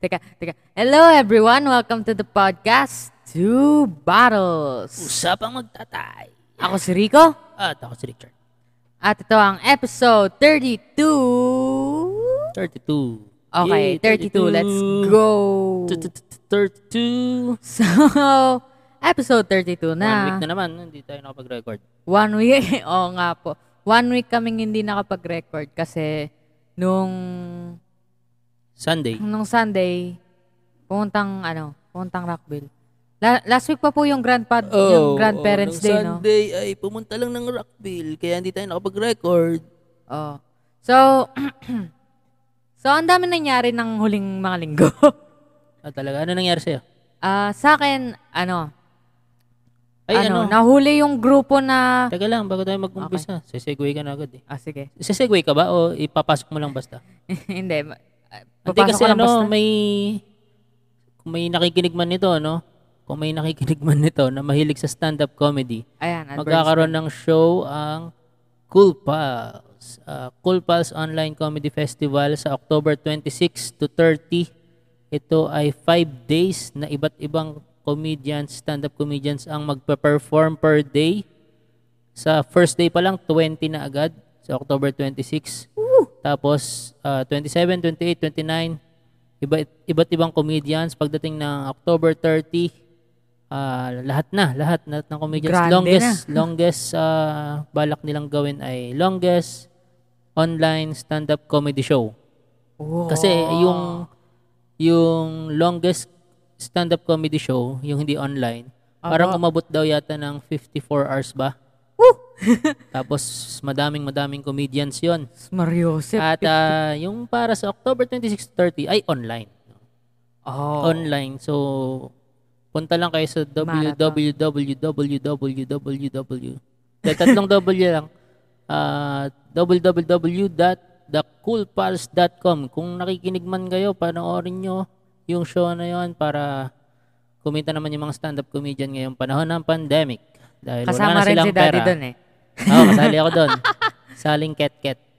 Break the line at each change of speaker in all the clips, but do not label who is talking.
teka, teka. Hello everyone, welcome to the podcast Two Bottles.
Usapang magtatay.
Ako si Rico
At ako si Richard.
at ito ang episode 32.
32.
Okay,
Yay,
32. Let's go.
Tu- tu- tu- tu- 32.
So, episode 32
One week
na.
na naman, hindi tayo nakapag-record.
One week. Oo nga po. One week kaming hindi nakapag-record kasi nung
Sunday.
nung Sunday, puntang ano, puntang Rockville. La- last week pa po yung grandpa yung grandparents
Oh, nung
day, no?
Sunday ay pumunta lang ng Rockville, kaya hindi tayo nakapag-record.
Oh. So So ang dami nangyari ng huling mga linggo.
Ah, talaga? Ano nangyari sa'yo?
Ah, sa akin ano,
Ay,
ano,
ano?
nahuli yung grupo na
Teka lang, bago tayo mag-umpisa. Sesegue ka na agad eh.
Ah, sige.
Sesegue ka ba o ipapasok mo lang basta?
Hindi. ma- ah,
Hindi
papasok
kasi
ko lang
ano,
basta.
may kung may nakikinig man nito, no? Kung may nakikinig man nito na mahilig sa stand-up comedy,
Ayan, advertisement.
magkakaroon ng show ang Cool Pals. Ah, cool Pals Online Comedy Festival sa October 26 to 30. Ito ay 5 days na iba't ibang comedians, stand-up comedians ang magpa-perform per day. Sa first day pa lang, 20 na agad. Sa October 26. Tapos, ah, 27, 28, 29. Iba, iba't ibang comedians. Pagdating ng October 30, ah, lahat na. Lahat, lahat ng comedians.
Grande
longest, longest ah, balak nilang gawin ay longest online stand-up comedy show.
Oh.
Kasi yung yung longest stand-up comedy show, yung hindi online,
Ah,
parang umabot daw yata ng 54 hours ba?
Woo!
Tapos madaming madaming comedians 'yon.
Mariosep.
At ah, yung para sa October 26 to 30 ay online.
oh.
Online. So punta lang kayo sa www.www. Dahil Tatlong W lang. Ah, www.thecoolpals.com Kung nakikinig man kayo, panoorin nyo yung show na yon para kumita naman yung mga stand-up comedian ngayong panahon ng pandemic. Dahil
Kasama rin
wala na silang
si Daddy
pera.
doon eh.
Oo, kasali ako doon. Saling ket-ket.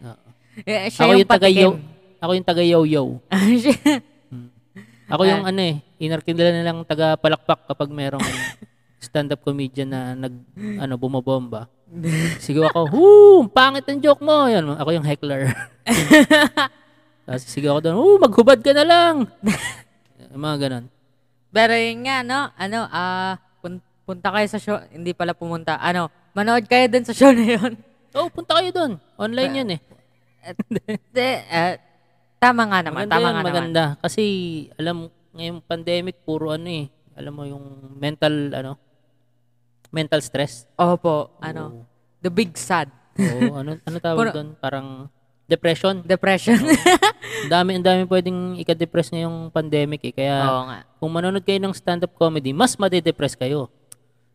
Oo.
Eh, siya
Ako
yung,
yung taga yo
patikim.
Ako yung taga yo-yo.
Siya-
Ako yung ano eh, inarkindala nilang taga palakpak kapag merong stand-up comedian na nag ano bumobomba. Sigaw ako, "Hoo, ang pangit ng joke mo." Yan, ako yung heckler. Tapos sigaw ako doon, "Hoo, maghubad ka na lang." Yung mga ganun.
Pero yun nga, no? Ano, ah, pun- punta kayo sa show. Hindi pala pumunta. Ano, manood kayo dun sa show na yun.
Oh, punta kayo doon. Online 'yun eh.
De, eh, tama nga naman,
Maganda
tama
yan,
nga naman.
maganda. Kasi, alam, ngayong pandemic, puro ano eh. Alam mo, yung mental, ano, mental stress.
Opo, ano, the big sad.
Oo, ano, ano tawag
Puro-
doon? Parang depression.
Depression.
Ang dami, ang dami pwedeng ika-depress ngayong pandemic eh. Kaya,
Oo nga.
kung manonood kayo ng stand-up comedy, mas madedepress kayo.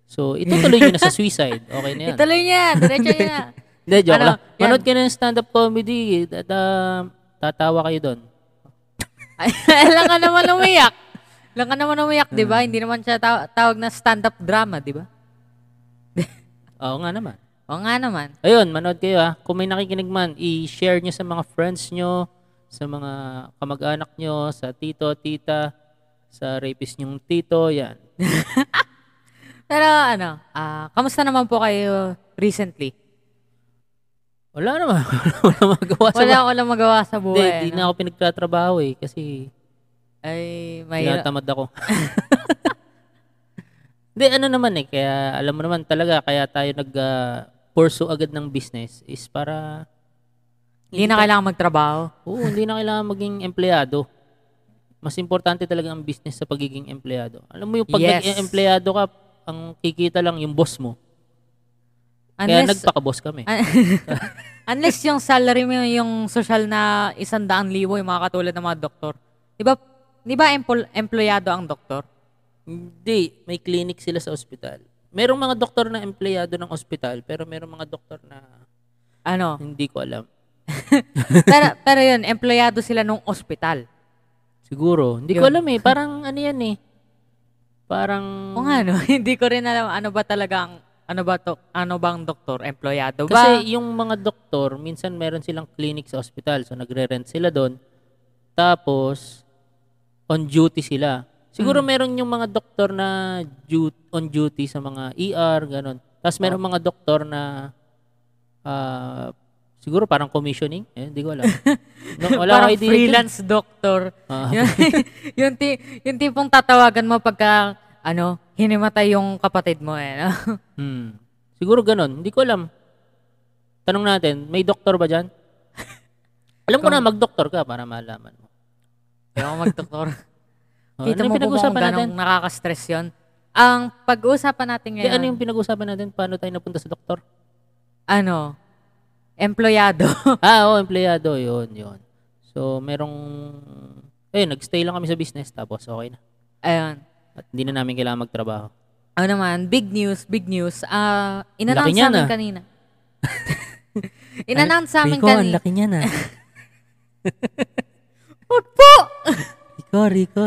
So, itutuloy nyo na sa suicide. Okay na yan.
Ituloy niya, diretso niya.
Hindi, joke
Ano,
lang. Manood kayo ng stand-up comedy, at, ah, tatawa kayo doon.
Ay, Alam ka naman umiyak. Alam ka naman umiyak, di
Hmm.
ba? Hindi naman siya taw- tawag na stand-up drama, di ba?
Oo nga naman.
Oo nga naman.
Ayun, manood kayo ha. Kung may nakikinig man, i-share nyo sa mga friends nyo, sa mga kamag-anak nyo, sa tito, tita, sa rapist nyong tito, yan.
Pero ano, ah, kamusta naman po kayo recently?
Wala naman. Wala magawa sa
Wala ko lang magawa sa
Hindi,
buhay.
di
ano?
na ako pinagtatrabaho eh. Kasi
Ay, may...
tinatamad ako. Hindi, ano naman eh. Kaya alam mo naman talaga, kaya tayo nag-pursue agad ng business is para
Hindi na kailangan magtrabaho.
Oo, hindi na kailangan maging empleyado. Mas importante talaga ang business sa pagiging empleyado. Alam mo yung pag
Yes.
nag-empleyado ka, ang kikita lang yung boss mo. Kaya
Unless,
nagpaka-boss kami.
unless yung salary mo yung social na isang daang libo, yung mga katulad ng mga doktor. Di ba, di ba empl- empleyado ang doktor?
Hindi, may clinic sila sa ospital. Merong mga doktor na empleyado ng ospital, pero merong mga doktor na
Ano?
hindi ko alam.
pero, pero yun, empleyado sila nung ospital.
Siguro, hindi ko alam eh. Parang ano yan eh. Parang
O nga, no? Hindi ko rin alam ano ba talaga ang, ano ba to, ano bang doktor, empleyado ba?
Kasi yung mga doktor, minsan meron silang clinic sa ospital. So, nagre-rent sila doon. Tapos, on duty sila. Siguro
Mm.
meron yung mga doktor na du- on duty sa mga ER, ganun. Tapos meron
Ah.
mga doktor na ah, siguro parang commissioning. Eh, hindi ko alam. No, wala
parang
akong idea dun.
freelance doctor.
Ah.
yung, yung, ti- yung tipong tatawagan mo pagka, ano, hinimatay yung kapatid mo eh. No?
Hmm. Siguro ganun. Hindi ko alam. Tanong natin, may doktor ba dyan? Alam ko na, mag-doktor ka para malaman mo.
Hindi ako magdoktor.
Oh,
Kita mo ba
ano yung
kung
pinag-uusapan natin?
ganong nakaka-stress yun? Ang pag-uusapan natin
Di,
ngayon,
ano yung pinag-usapan natin? Paano tayo napunta sa doktor?
ano, empleyado.
ah, oo, empleyado. Yun, yun. So, merong... Ayun, nagstay lang kami sa business. Tapos, okay na.
Ayun.
At hindi na namin kailangan magtrabaho.
Ano naman, big news, big news. Ah,
Laki
in-announce
niyan,
sa amin
ah.
kanina. in-announce sa amin
Rico, ang
kanina.
laki ah. niya na.
Wag po!
Rico, Rico.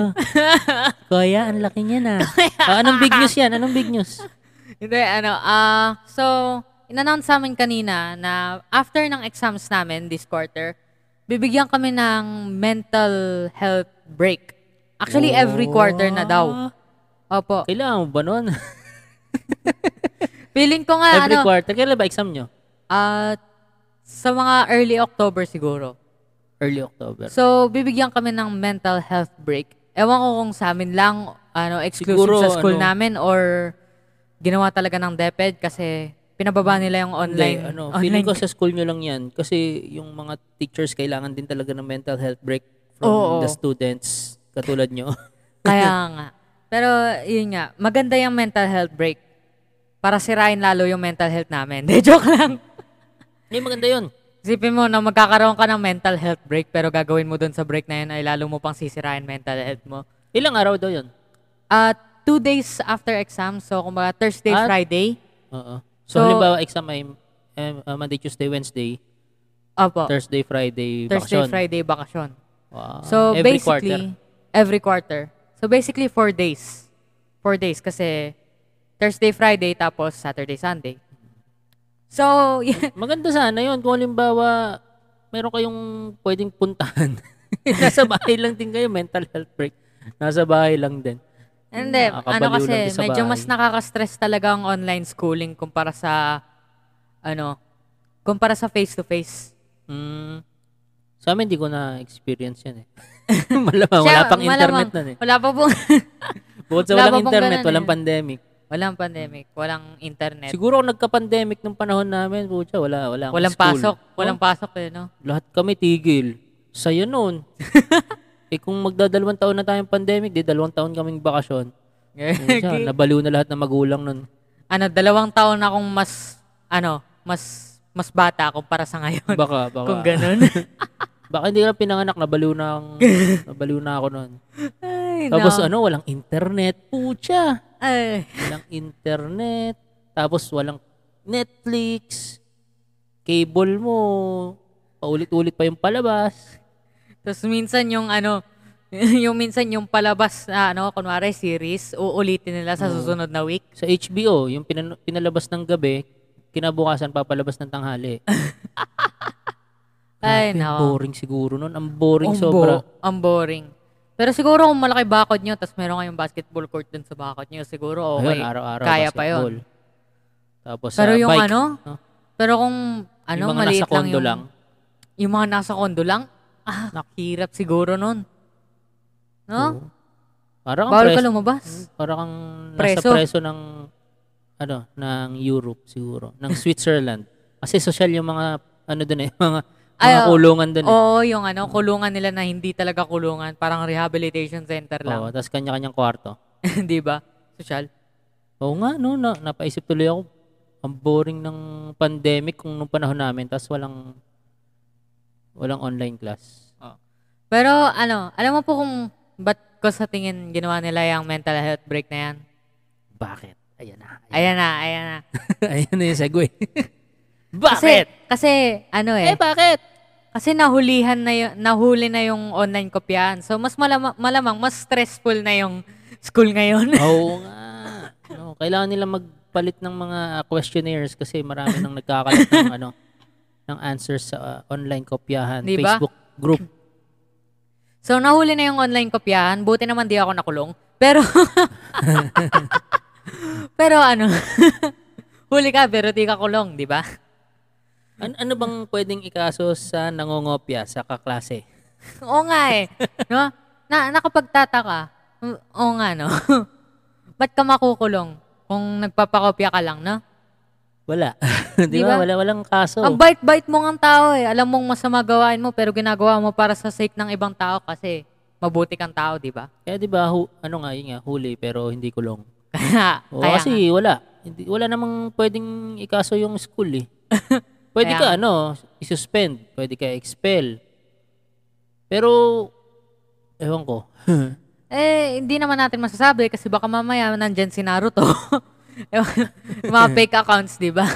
Kuya, ang laki niya na. Ah, anong big news yan? Anong big news?
Hindi, ano, ah, so, in-announce sa amin kanina na after ng exams namin this quarter, bibigyan kami ng mental health break. Actually, every quarter na daw. Opo.
Ah, Kailangan mo ba nun?
Feeling ko nga,
Every
ano,
quarter. Kailan ba exam nyo?
ah, sa mga early October siguro.
Early October.
So, bibigyan kami ng mental health break. Ewan ko kung sa amin lang, ano, exclusive
Siguro,
sa school
ano-
namin or ginawa talaga ng DepEd kasi pinababa nila yung online.
Mm. Hindi, ano,
online
feeling ko sa school nyo lang yan. Kasi yung mga teachers kailangan din talaga ng mental health break from
Oo.
the students. Katulad nyo.
Kaya nga. Pero, yun nga, maganda yung mental health break. Para sirain lalo yung mental health namin. De, joke lang.
Hindi, maganda yun.
Isipin mo na magkakaroon ka ng mental health break pero gagawin mo dun sa break na yun ay lalo mo pang sisirain mental health mo.
Ilang araw daw yun?
Uh, two days after exam, so kumbaga Thursday,
Ah.
Friday.
Oo.
So-
So, halimbawa, exam ay eh, uh, Monday, Tuesday, Wednesday,
Opo.
Thursday, Friday,
Oh. Thursday,
bakasyon.
Friday, bakasyon.
Wow.
So,
Every quarter.
basically, every quarter. So, basically, four days. Four days kasi Thursday, Friday, tapos Saturday, Sunday. So, yeah.
Maganda sana yun. Kung halimbawa, meron kayong pwedeng puntahan. Nasa bahay lang din kayo, mental health break. Nasa bahay lang din.
Hindi, ano
Nakakabaliw lang
kasi,
din sa
medyo
bahay.
mas nakaka-stress talaga ang online schooling kumpara sa, ano, kumpara sa face-to-face.
Mm. Sa amin, di ko na-experience yan eh. malamang, wala
Siya,
pang internet
malamang-
nun eh.
Wala pa pong,
Bukod sa
wala pa
walang
pong
internet,
ganun
walang
eh.
pandemic.
walang pandemic, walang internet.
Siguro kung nagka-pandemic nung panahon namin, putya, wala, wala. akong
walang
school. Oh,
pasok, walang pasok eh, no?
Lahat kami tigil. Sa'yo nun. eh kung magdadalawang taon na tayong pandemic, di dalawang taon kaming bakasyon. Eh, siya, nabaliw na lahat ng magulang nun.
ano, dalawang taon na akong mas, ano, mas, mas bata kumpara sa ngayon.
Baka, baka.
Kung ganun.
Baka hindi na pinanganak, nabaliw na, ang, nabaliw na ako nun.
Ay,
Tapos
no.
ano, walang internet. Putya.
Ay.
Walang internet. Tapos walang Netflix. Cable mo. Paulit-ulit pa yung palabas.
Tapos minsan yung ano, yung minsan yung palabas na ano, kunwari series, uulitin nila sa susunod na week.
Sa HBO, yung pinan- pinalabas ng gabi, kinabukasan papalabas ng tanghali.
Ay,
Grabe, ang
nako.
Boring siguro nun. Ang boring
Ang
sobra.
bo- Ang boring. Pero siguro kung malaki bakod nyo, tapos meron kayong basketball court dun sa bakod nyo, siguro
Ayun,
okay.
araw-araw
kaya pa
basketball.
yun.
Tapos
Pero
ah,
yung
bike.
ano,
no?
Pero kung ano,
yung mga
maliit
nasa
lang
condo
yung, ano?
lang.
yung mga nasa kondo lang, ah, nakirap siguro nun. No? Mm.
Parang kang
Bawal ka
preso.
lumabas.
Parang kang
Preso.
nasa preso ng ano, ng Europe siguro, ng Switzerland. Kasi social yung mga ano doon eh, mga
Ay,
mga
oo.
kulungan doon eh.
Oo, yung ano, kulungan nila na hindi talaga kulungan. Parang rehabilitation center
Oo,
lang.
tapos kanya-kanyang kwarto.
Di ba? Social.
Oo nga, no, na, napaisip tuloy ako. Ang boring ng pandemic kung nung panahon namin, tapos walang walang online class.
Pero ano, alam mo po kung ba't ko sa tingin ginawa nila yung mental health break na yan?
Bakit? Ayan na.
Ayan na, ayan na.
Ayan na yung segue.
Kasi,
bakit?
kasi ano eh,
eh, bakit?
kasi nahulihan na yung, nahuli na yung online kopyaan. So, mas malama- malamang, mas stressful na yung school ngayon.
Oo nga. No, kailangan nila magpalit ng mga questionnaires kasi marami nang nagkakalat ng ano ng answers sa uh, online kopyahan
Di ba?
Facebook group.
So, nahuli na yung online kopyahan. Buti naman di ako nakulong. Pero, pero ano, huli ka pero di ka kulong, di ba?
An- ano bang pwedeng ikaso sa nangongopya sa kaklase?
Oo nga eh. No? Na, nakapagtataka. Mm, Oo nga, no? Ba't ka makukulong kung nagpapakopya ka lang, no?
Wala. Di
Di
ba?
ba?
Wala walang kaso.
Ang bait-bait mo nga tao eh. Alam mong masama gawain mo pero ginagawa mo para sa sake ng ibang tao kasi mabuti kang tao, di ba?
Kaya di ba hu- ano nga yun nga huli pero hindi kulong.
Kaya,
O,
kaya nga.
kasi wala. Hindi, wala namang pwedeng ikaso yung school eh. Pwede
Kaya
ka ano, isuspend, pwede ka expel. Pero ewan ko.
Eh, hindi naman natin masasabi kasi baka mamaya nandyan si Naruto. Ewan- mga fake accounts, di ba?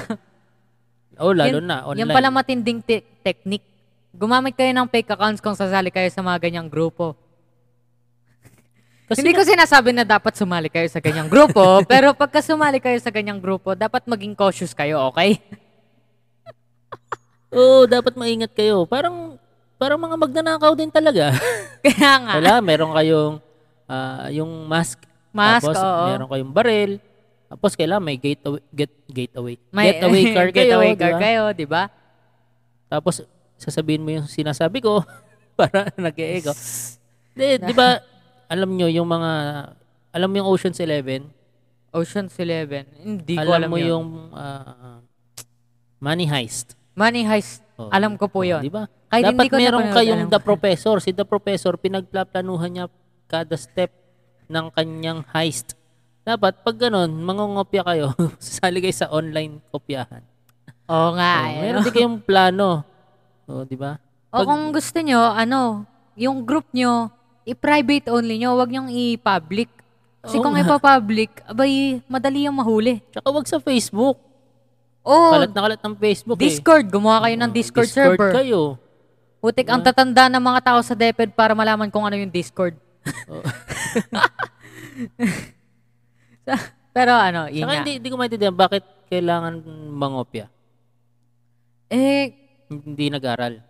Oh, lalo
Yun-
na online.
Yan pala matinding te- technique. Gumamit kayo ng fake accounts kung sasali kayo sa mga ganyang grupo.
Kasi
Hindi ko sinasabi na dapat sumali kayo sa ganyang grupo, pero pagka sumali kayo sa ganyang grupo, dapat maging cautious kayo, okay?
Oo, dapat maingat kayo. Parang parang mga magnanakaw din talaga.
Kaya nga.
Wala, meron kayong ah, yung mask.
Mask,
tapos
oo.
meron kayong baril. Tapos kailangan may gateway get getaway.
May-
getaway car kayo,
getaway
di
car
ba?
kayo, di ba?
Tapos sasabihin mo yung sinasabi ko para nag-eego. Di, di ba alam nyo yung mga alam mo yung Ocean's 11?
Ocean's Eleven. Hindi ko alam,
alam, mo
yun.
yung ah, money heist.
Money Heist.
Oh,
alam ko po
oh,
yun.
Di ba?
Kahit
Dapat
hindi ko
meron
napanood,
kayong
alam
the
ko.
professor. Si the professor, pinagplaplanuhan niya kada step ng kanyang heist. Dapat pag ganun, mangongopya kayo, sasali kayo sa online kopyahan.
Oo nga.
Oh,
eh.
meron din kayong plano. Oh, di ba?
O
Pag-
kung gusto nyo, ano, yung group nyo, i-private only nyo, wag nyong i-public. Kasi
Oo
kung
nga.
ipa-public, abay, madali yung mahuli.
Tsaka wag sa Facebook.
Oh,
Kalat na kalat ng Facebook
Discord. Gumawa kayo
eh.
ng
Oh,
Discord, server.
kayo. Diba?
Putik, ang tatanda ng mga tao sa DepEd para malaman kung ano yung Discord.
Oh.
Pero ano, yun
Tsaka
nga.
hindi, hindi ko maintindihan bakit kailangan mangopya.
Eh,
Hindi nag-aral.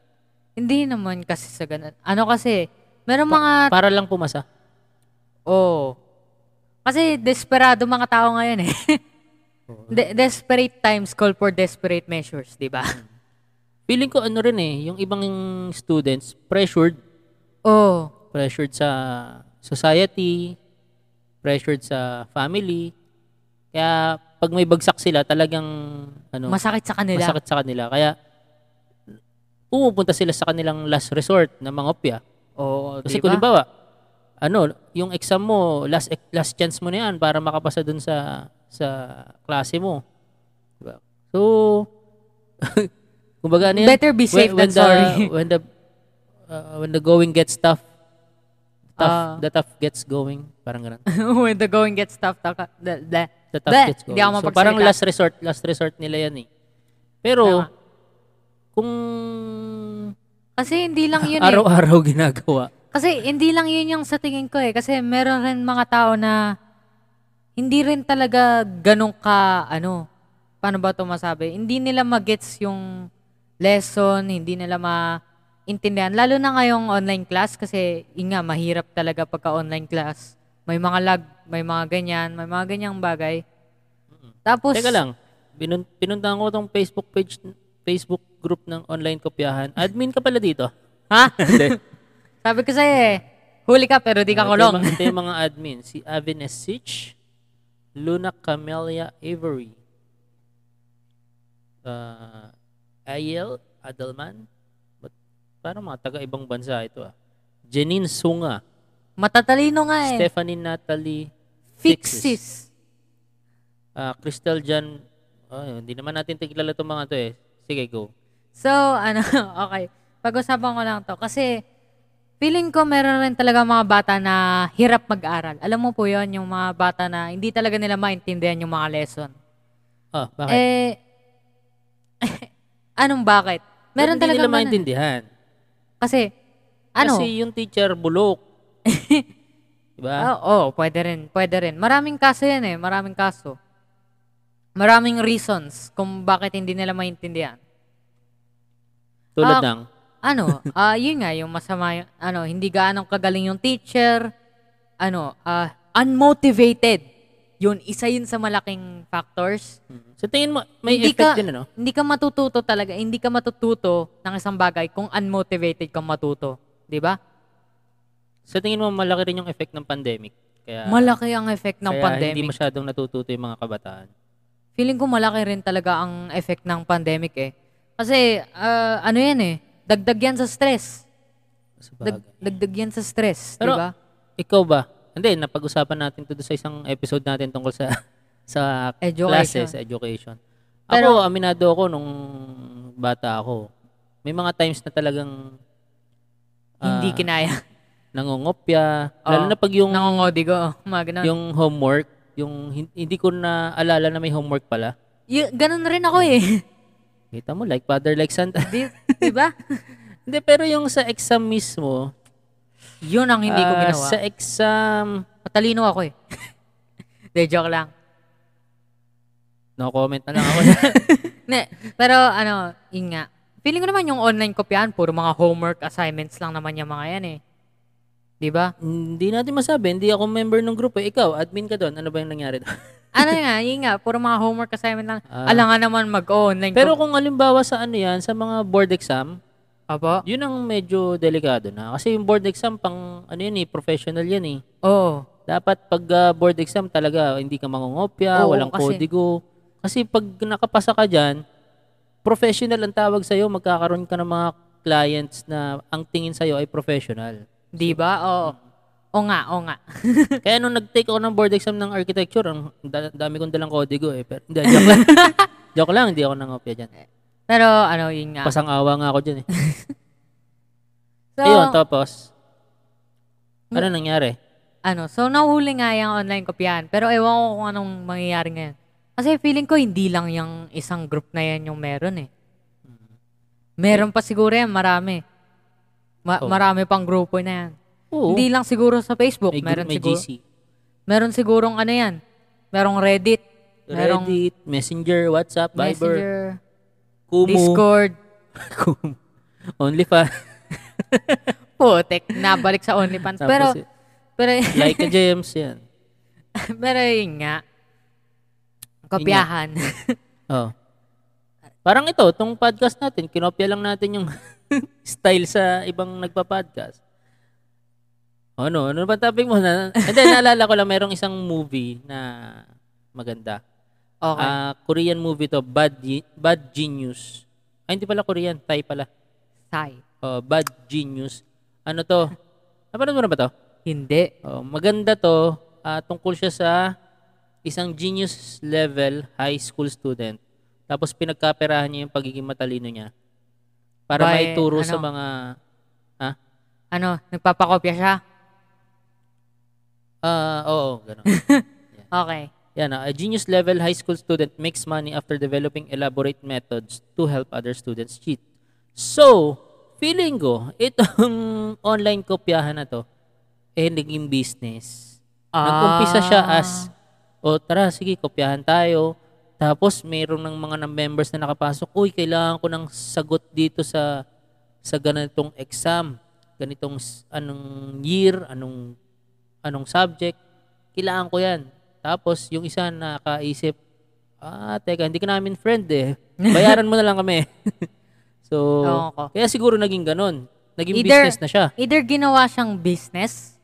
hindi naman kasi sa ganun. Ano kasi, merong mga...
Para lang pumasa.
oh. Kasi desperado mga tao ngayon eh. De- desperate times call for desperate measures, di ba?
Feeling ko ano rin eh, yung ibang students pressured,
Oh.
pressured sa society, pressured sa family. Kaya pag may bagsak sila, talagang ano,
Masakit sa kanila.
masakit sa kanila. Kaya pumupunta sila sa kanilang last resort na mangopya.
Oo,
Kasi
diba?
kung halimbawa, ano, yung exam mo, last ex- last chance mo na yan para makapasa dun sa sa klase mo. Diba? So, kumbaga ano yan?
Better be safe than
the,
sorry.
When the, uh, when the going gets tough,
Ah.
tough the tough gets going. Parang ganun.
When the going gets tough, taka, da, da.
The tough
Bleh,
gets going.
di ako
so
mapagsalita.
parang last resort, last resort nila yan eh.
Tama.
Pero, kung
Kasi hindi lang yun eh.
araw-araw ginagawa,
Kasi hindi lang yun yung sa tingin ko eh. Kasi meron rin mga tao na hindi rin talaga ganun ka, ano, paano ba ito masabi? Hindi nila magets yung lesson, hindi nila maintindihan. Lalo na ngayong online class kasi, yun nga, mahirap talaga pagka online class. May mga lag, may mga ganyan, may mga ganyang bagay. Tapos,
Teka lang. Binun- pinuntahan ko tong Facebook page, Facebook group ng online kopyahan. Admin ka pala dito.
ha?
Hindi.
Sabi ko sa'yo eh, huli ka pero di ka kulong.
Ah, Ito yung mga admin. Si Avin Esich, Luna Camelia Avery, uh, Ayel Adelman, but parang mga taga-ibang bansa ito ah. Janine Sunga,
Matatalino nga eh.
Stephanie Natalie Fixis.
Fixes.
Ah, Crystal Jan, oh, hindi naman natin tigilala itong mga to eh. Sige, go.
So, ano, okay. Pag-usapan ko lang to. Kasi, feeling ko meron rin talaga mga bata na hirap mag-aral. Alam mo po yon yung mga bata na hindi talaga nila maintindihan yung mga lesson.
Ah, bakit?
Eh, anong bakit? Meron
Hindi
talaga
nila
mga-
maintindihan.
Kasi, ano,
Kasi yung teacher bulok. Diba?
Ah, oh, pwede rin, pwede rin. Maraming kaso yan eh, maraming kaso. Maraming reasons kung bakit hindi nila maintindihan. ah,
Tulad ng,
Ano, ah yun nga, yung masama, yung, ano, hindi gaanong kagaling yung teacher, ano, ah unmotivated. Yun, isa yun sa malaking factors.
mm-hmm. sa tingin mo, may
hindi ka,
effect din ano?
Hindi ka matututo talaga, hindi ka matututo ng isang bagay kung unmotivated kang matuto. Di ba?
Sa tingin mo, malaki rin yung effect ng pandemic. Kaya,
Malaki ang effect ng
kaya
pandemic.
hindi masyadong natututo yung mga kabataan.
Feeling ko malaki rin talaga ang effect ng pandemic eh. Kasi ah, ano yan eh, dagdag yan sa stress.
Sa
Dag,
bagay.
dagdag yan sa stress, di
Pero-
ba?
Ikaw ba? Hindi, napag-usapan natin to doon sa isang episode natin tungkol sa sa
Education.
classes, eh. sa education.
Pero-
ako, aminado ako nung bata ako. May mga times na talagang ah,
Hindi Ah. kinaya.
nangongopya. Lalo
Oo.
na pag yung,
Nangongodigo, oh, mga ganun.
yung homework, yung hin- hindi ko na alala na may homework pala.
Y- ganun rin ako eh.
Kita mo, like father, like son.
di, di ba?
hindi, pero yung sa exam mismo,
Yun ang hindi ko
ah,
ginawa.
Sa exam,
Matalino ako eh. De, joke lang.
no comment na lang ako.
Ne, pero ano, yun nga. Feeling ko naman yung online kopyahan, puro mga homework assignments lang naman yung mga yan eh. Di ba?
hindi natin masabi, hindi ako member ng grupo. eh. Ikaw, admin ka doon. Ano ba yung nangyari doon?
ano nga, yun nga, puro mga homework assignment lang.
Ah.
Alam nga naman mag-online.
Pero kung alimbawa sa ano yan, sa mga board exam,
Apo?
yun ang medyo delikado na. Kasi yung board exam, pang ano yun eh, professional yan eh.
Oo.
Dapat pag ah, board exam talaga, hindi ka mangungopya,
Oo,
walang
kasi-
kodigo. Kasi pag nakapasa ka dyan, professional ang tawag sa'yo, magkakaroon ka ng mga clients na ang tingin sa'yo ay professional.
Di ba? Oo. O nga, o nga.
Kaya nung nag-take ako ng board exam ng architecture, ang da- dami kong dalang kodigo eh. Pero, hindi, joke lang. joke lang, hindi ako nangopya dyan.
Pero ano, yun nga.
Pasang-awa nga ako dyan eh.
So, Hmm.
Ayun, tapos, ano nangyari?
ano, so nahuli nga yung online kopyahan. Pero ewan ko kung anong mangyayari ngayon. Kasi feeling ko hindi lang yung isang group na yan yung meron eh.
Mm-hmm.
Meron pa siguro yan, marami. Ma-
Oo.
Marami pang grupo na yan.
Oh. Oo,
Hindi lang siguro sa Facebook.
may,
meron
group,
siguro.
may GC.
Meron sigurong ano yan. Merong Reddit. Merong
Reddit, Messenger, WhatsApp, Viber,
Messenger.
Kumu,
Discord.
Kumu, OnlyFans,
Putek, nabalik sa OnlyFans.
Tapos
pero,
eh.
pero,
like a James, yan.
pero yun nga. Kopyahan.
Oh. Parang ito, tong podcast natin, kinopya lang natin yung style sa ibang nagpa-podcast. Ano? Ano ba topic mo? Na, and then, naalala ko lang, mayroong isang movie na maganda.
okay.
Ah, Korean movie to, Bad, Ge- Bad Genius. Ay, hindi pala Korean, Thai pala.
Sai.
Oh, Bad Genius. Ano to? Napanood mo na ba to?
Hindi.
Oh, maganda to. Ah, tungkol siya sa isang genius level high school student. Tapos pinagkaperahan niya yung pagiging matalino niya. Para
By,
maituro sa
ano?
mga...
Ano, nagpapakopya siya?
Ah, oo, ganun.
Okay.
Yan, ah, a genius level high school student makes money after developing elaborate methods to help other students cheat. So, feeling ko, itong online kopyahan na to, eh, naging business. Nag-umpisa siya
Ah.
as, o tara, sige, kopyahan tayo. Tapos, mayroon ng mga na- members na nakapasok, uy, kailangan ko ng sagot dito sa sa ganitong exam, ganitong s- anong year, anong anong subject, kailangan ko yan. Tapos, yung isa nakaisip, ah, teka, hindi ka namin friend eh. Bayaran mo na lang kami. so,
Oo ko.
kaya siguro naging ganun. Naging
Either-
business na siya.
Either ginawa siyang business,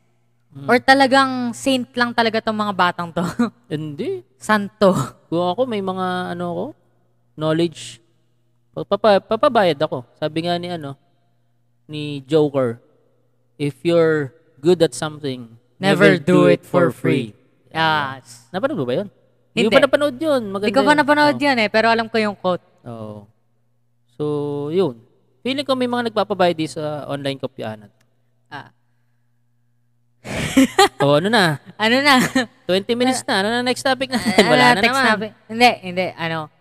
Hmm.
or talagang saint lang talaga tong mga batang to.
Hindi.
Santo.
Kung ako may mga ano ko, knowledge, papa, papabayad ako. Sabi nga ni ano, ni Joker, if you're good at something,
Never, do, it for free. Yes.
Napanood mo ba yun?
Hindi.
Hindi. ko pa napanood yun. Maganda
Hindi ko pa
yun. Oh.
napanood yan eh, pero alam ko yung quote.
Oo. Oo. So, yun. Feeling ko may mga nagpapabayad di sa online kopyahan.
Ah.
o ano na?
Ano na?
20 minutes na. Ano na next topic
Ah,
natin? Wala na
text
naman.
namin. Hindi, hindi. Ano,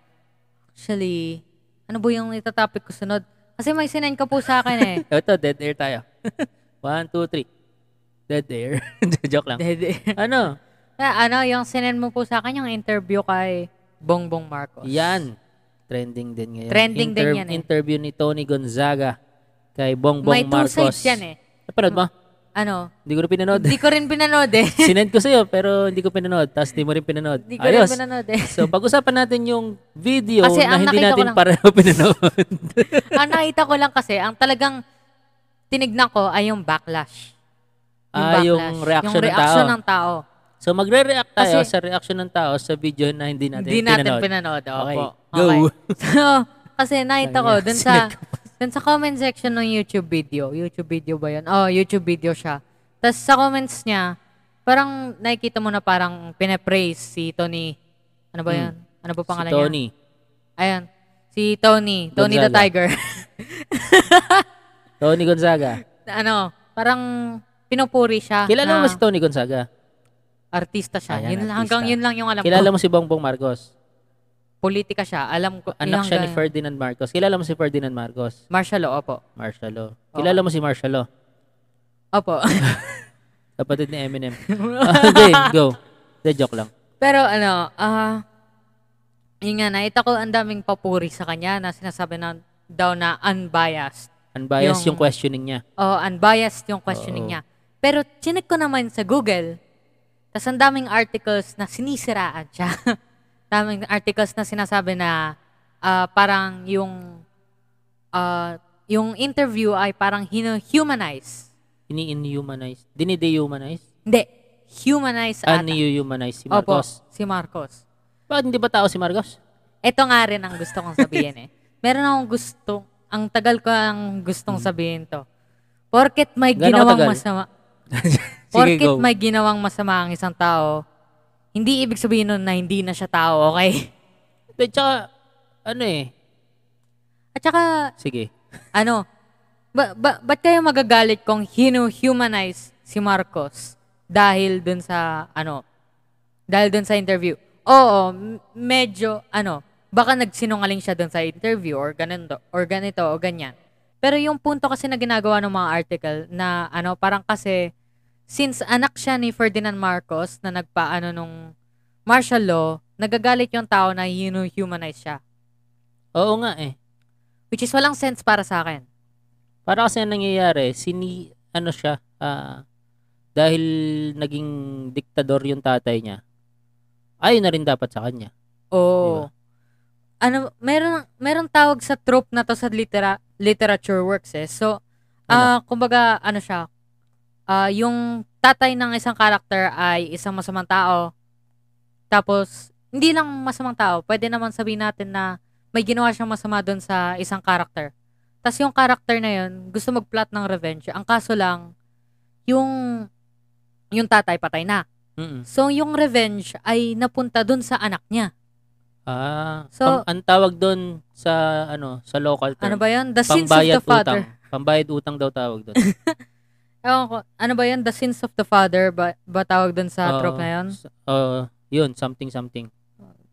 actually, ano ba yung itatopic ko sunod? Kasi may sinend ka po sa akin eh.
Ito, dead air tayo. One, two, three. Dead air. Joke lang.
Dede.
Ano?
Ah, ano, yung sinend mo po sa akin, yung interview kay Bongbong Marcos.
Yan. Trending din ngayon.
Trending din yan eh.
Interview ni Tony Gonzaga kay Bongbong
May two
Marcos.
sides yan eh.
Napanood mo?
Ano?
Hindi ko rin pinanood.
Hindi ko rin pinanood eh.
Sinend ko sa'yo pero hindi ko pinanood. Tapos hindi mo rin pinanood.
Hindi ko rin
Ayos.
pinanood eh.
So pag-usapan natin yung video
Kasi
na
ang nakita
hindi
ko
natin
lang-
pareho pinanood.
ang nakita ko lang kasi, ang talagang tinignan ko ay yung backlash.
ah, yung reaction,
yung reaction
ng
ng tao.
tao. So magre-react tayo
Kasi-
sa reaction ng tao sa video na hindi natin
Hindi natin
pinanood.
pinanood. Okay.
Opo.
Okay.
Go.
So, kasi nakita ko
Tangina,
dun sa,
sinet
dun sa comment section ng YouTube video. YouTube video ba yun? Oh, YouTube video siya. Tapos sa comments niya, parang nakikita mo na parang pinapraise si Tony. Ano ba yun? Ano ba
Hmm. si
pangalan niya?
Tony.
Ayan. Si Tony. Tony the
Gonzaga.
Tiger.
Tony Gonzaga.
ano, parang pinupuri siya.
Kilala mo
na
ba si Tony Gonzaga?
Artista siya.
Ayan,
yun, lang-
artista.
Hanggang yun lang yung alam
Kilala
ko.
mo si Bongbong Marcos?
Politika siya. Alam ko.
Anak
yun
siya ni
hanggang-
Ferdinand Marcos. Kilala mo si Ferdinand Marcos?
Martial law, opo.
Martial law. Kilala mo si Martial law?
Opo.
Kapatid ni Eminem. Ah, Hindi, go. Hindi, joke lang.
Pero ano, ah, yun nga, nakita ko ang daming papuri sa kanya na sinasabi na daw na unbiased.
Unbiased yung,
Yung-
questioning niya.
Oh, unbiased yung questioning
Oo.
niya. Pero chinek ko naman sa Google, tas ang daming articles na sinisiraan siya. daming articles na sinasabi na ah, parang yung ah, yung interview ay parang hino-humanize.
Ini-inhumanize. Dinide-humanize.
Hindi, humanize
Ah,
ata.
ni-humanize si
Opo,
Marcos.
si Marcos.
Bakit hindi ba tao si Marcos?
Ito nga rin ang gusto kong sabihin eh. Meron akong gusto, ang tagal ko ang gustong sabihin to. Porket may
Gaano
ginawang
Hmm. katagal?
masama.
Sige,
Porket
go.
may ginawang masama ang isang tao, hindi ibig sabihin nun na hindi na siya tao, okay?
Hindi, tsaka, ano eh.
At saka,
Sige.
ano, ba, ba, ba't kayo magagalit kung hinu-humanize si Marcos dahil dun sa, ano, dahil dun sa interview? Oo, m- medyo, ano, baka nagsinungaling siya dun sa interview or ganito, or ganito, o ganyan. Pero yung punto kasi na ginagawa ng mga article na, ano, parang kasi, since anak siya ni Ferdinand Marcos na nagpaano nung martial law, nagagalit yung tao na hinu-humanize siya.
Oo nga eh.
Which is walang sense para sa akin.
Para kasi ang nangyayari, sini, ano siya, ah, dahil naging diktador yung tatay niya, ayun na rin dapat sa kanya.
Oo. Ano, meron meron tawag sa trope na to sa litera, literature works eh. So, ah kumbaga ano siya, ah yung tatay ng isang karakter ay isang masamang tao. Tapos hindi lang masamang tao, pwede naman sabihin natin na may ginawa siyang masama doon sa isang karakter. Tapos yung karakter na yun, gusto mag-plot ng revenge. Ang kaso lang, yung yung tatay patay na.
Mm-mm.
So yung revenge ay napunta doon sa anak niya.
Ah,
So-
pam- ang tawag doon sa ano, sa local term.
Ano ba yun? The sins of
Pambayad
the father.
utang. Pambayad utang daw tawag doon.
Ewan ko, ano ba yun? The sins of the father ba, ba tawag dun sa
Oo.
trope na yun?
S- Oo, yun, something something.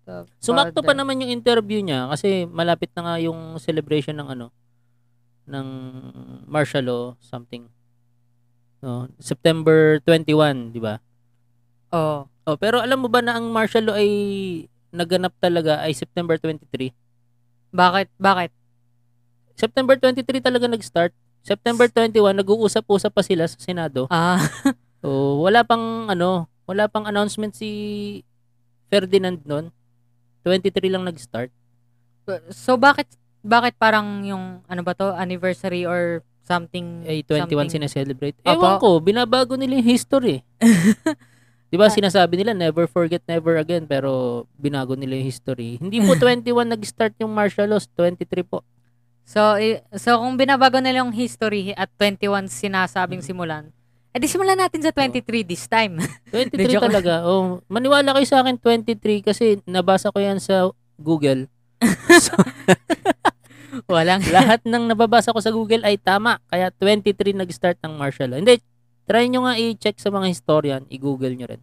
The
Sumakto pa
father.
naman yung interview niya kasi malapit na nga yung celebration ng ano ng martial law something. No, September 21, di ba?
Oo.
Oh, pero alam mo ba na ang martial law ay naganap talaga ay September 23?
Bakit? Bakit?
September 23 talaga nag-start. September 21 nag-uusap-usap pa sila sa Senado.
Ah,
So, wala pang ano, wala pang announcement si Ferdinand noon. 23 lang nag-start.
so bakit bakit parang yung ano ba to anniversary or something
Eh, 21
something-
sineselebrate.
Apo.
Ewan ko, binabago nila yung history. 'Di
Ah.
ba sinasabi nila never forget never again pero binago nila yung history. Hindi po 21 nag-start yung martial laws, 23 po.
So i- so kung binabago nila yung history at 21 sinasabing
Mm.
simulan. Eh di simulan natin sa 23 this time.
23
joke lang.
talaga. Oh, maniwala kayo sa akin 23 kasi nabasa ko yan sa Google.
Walang
Lahat ng nababasa ko sa Google ay tama. Kaya 23 nag-start ng martial law. Hindi, try nyo nga i-check sa mga historian. I-Google nyo rin.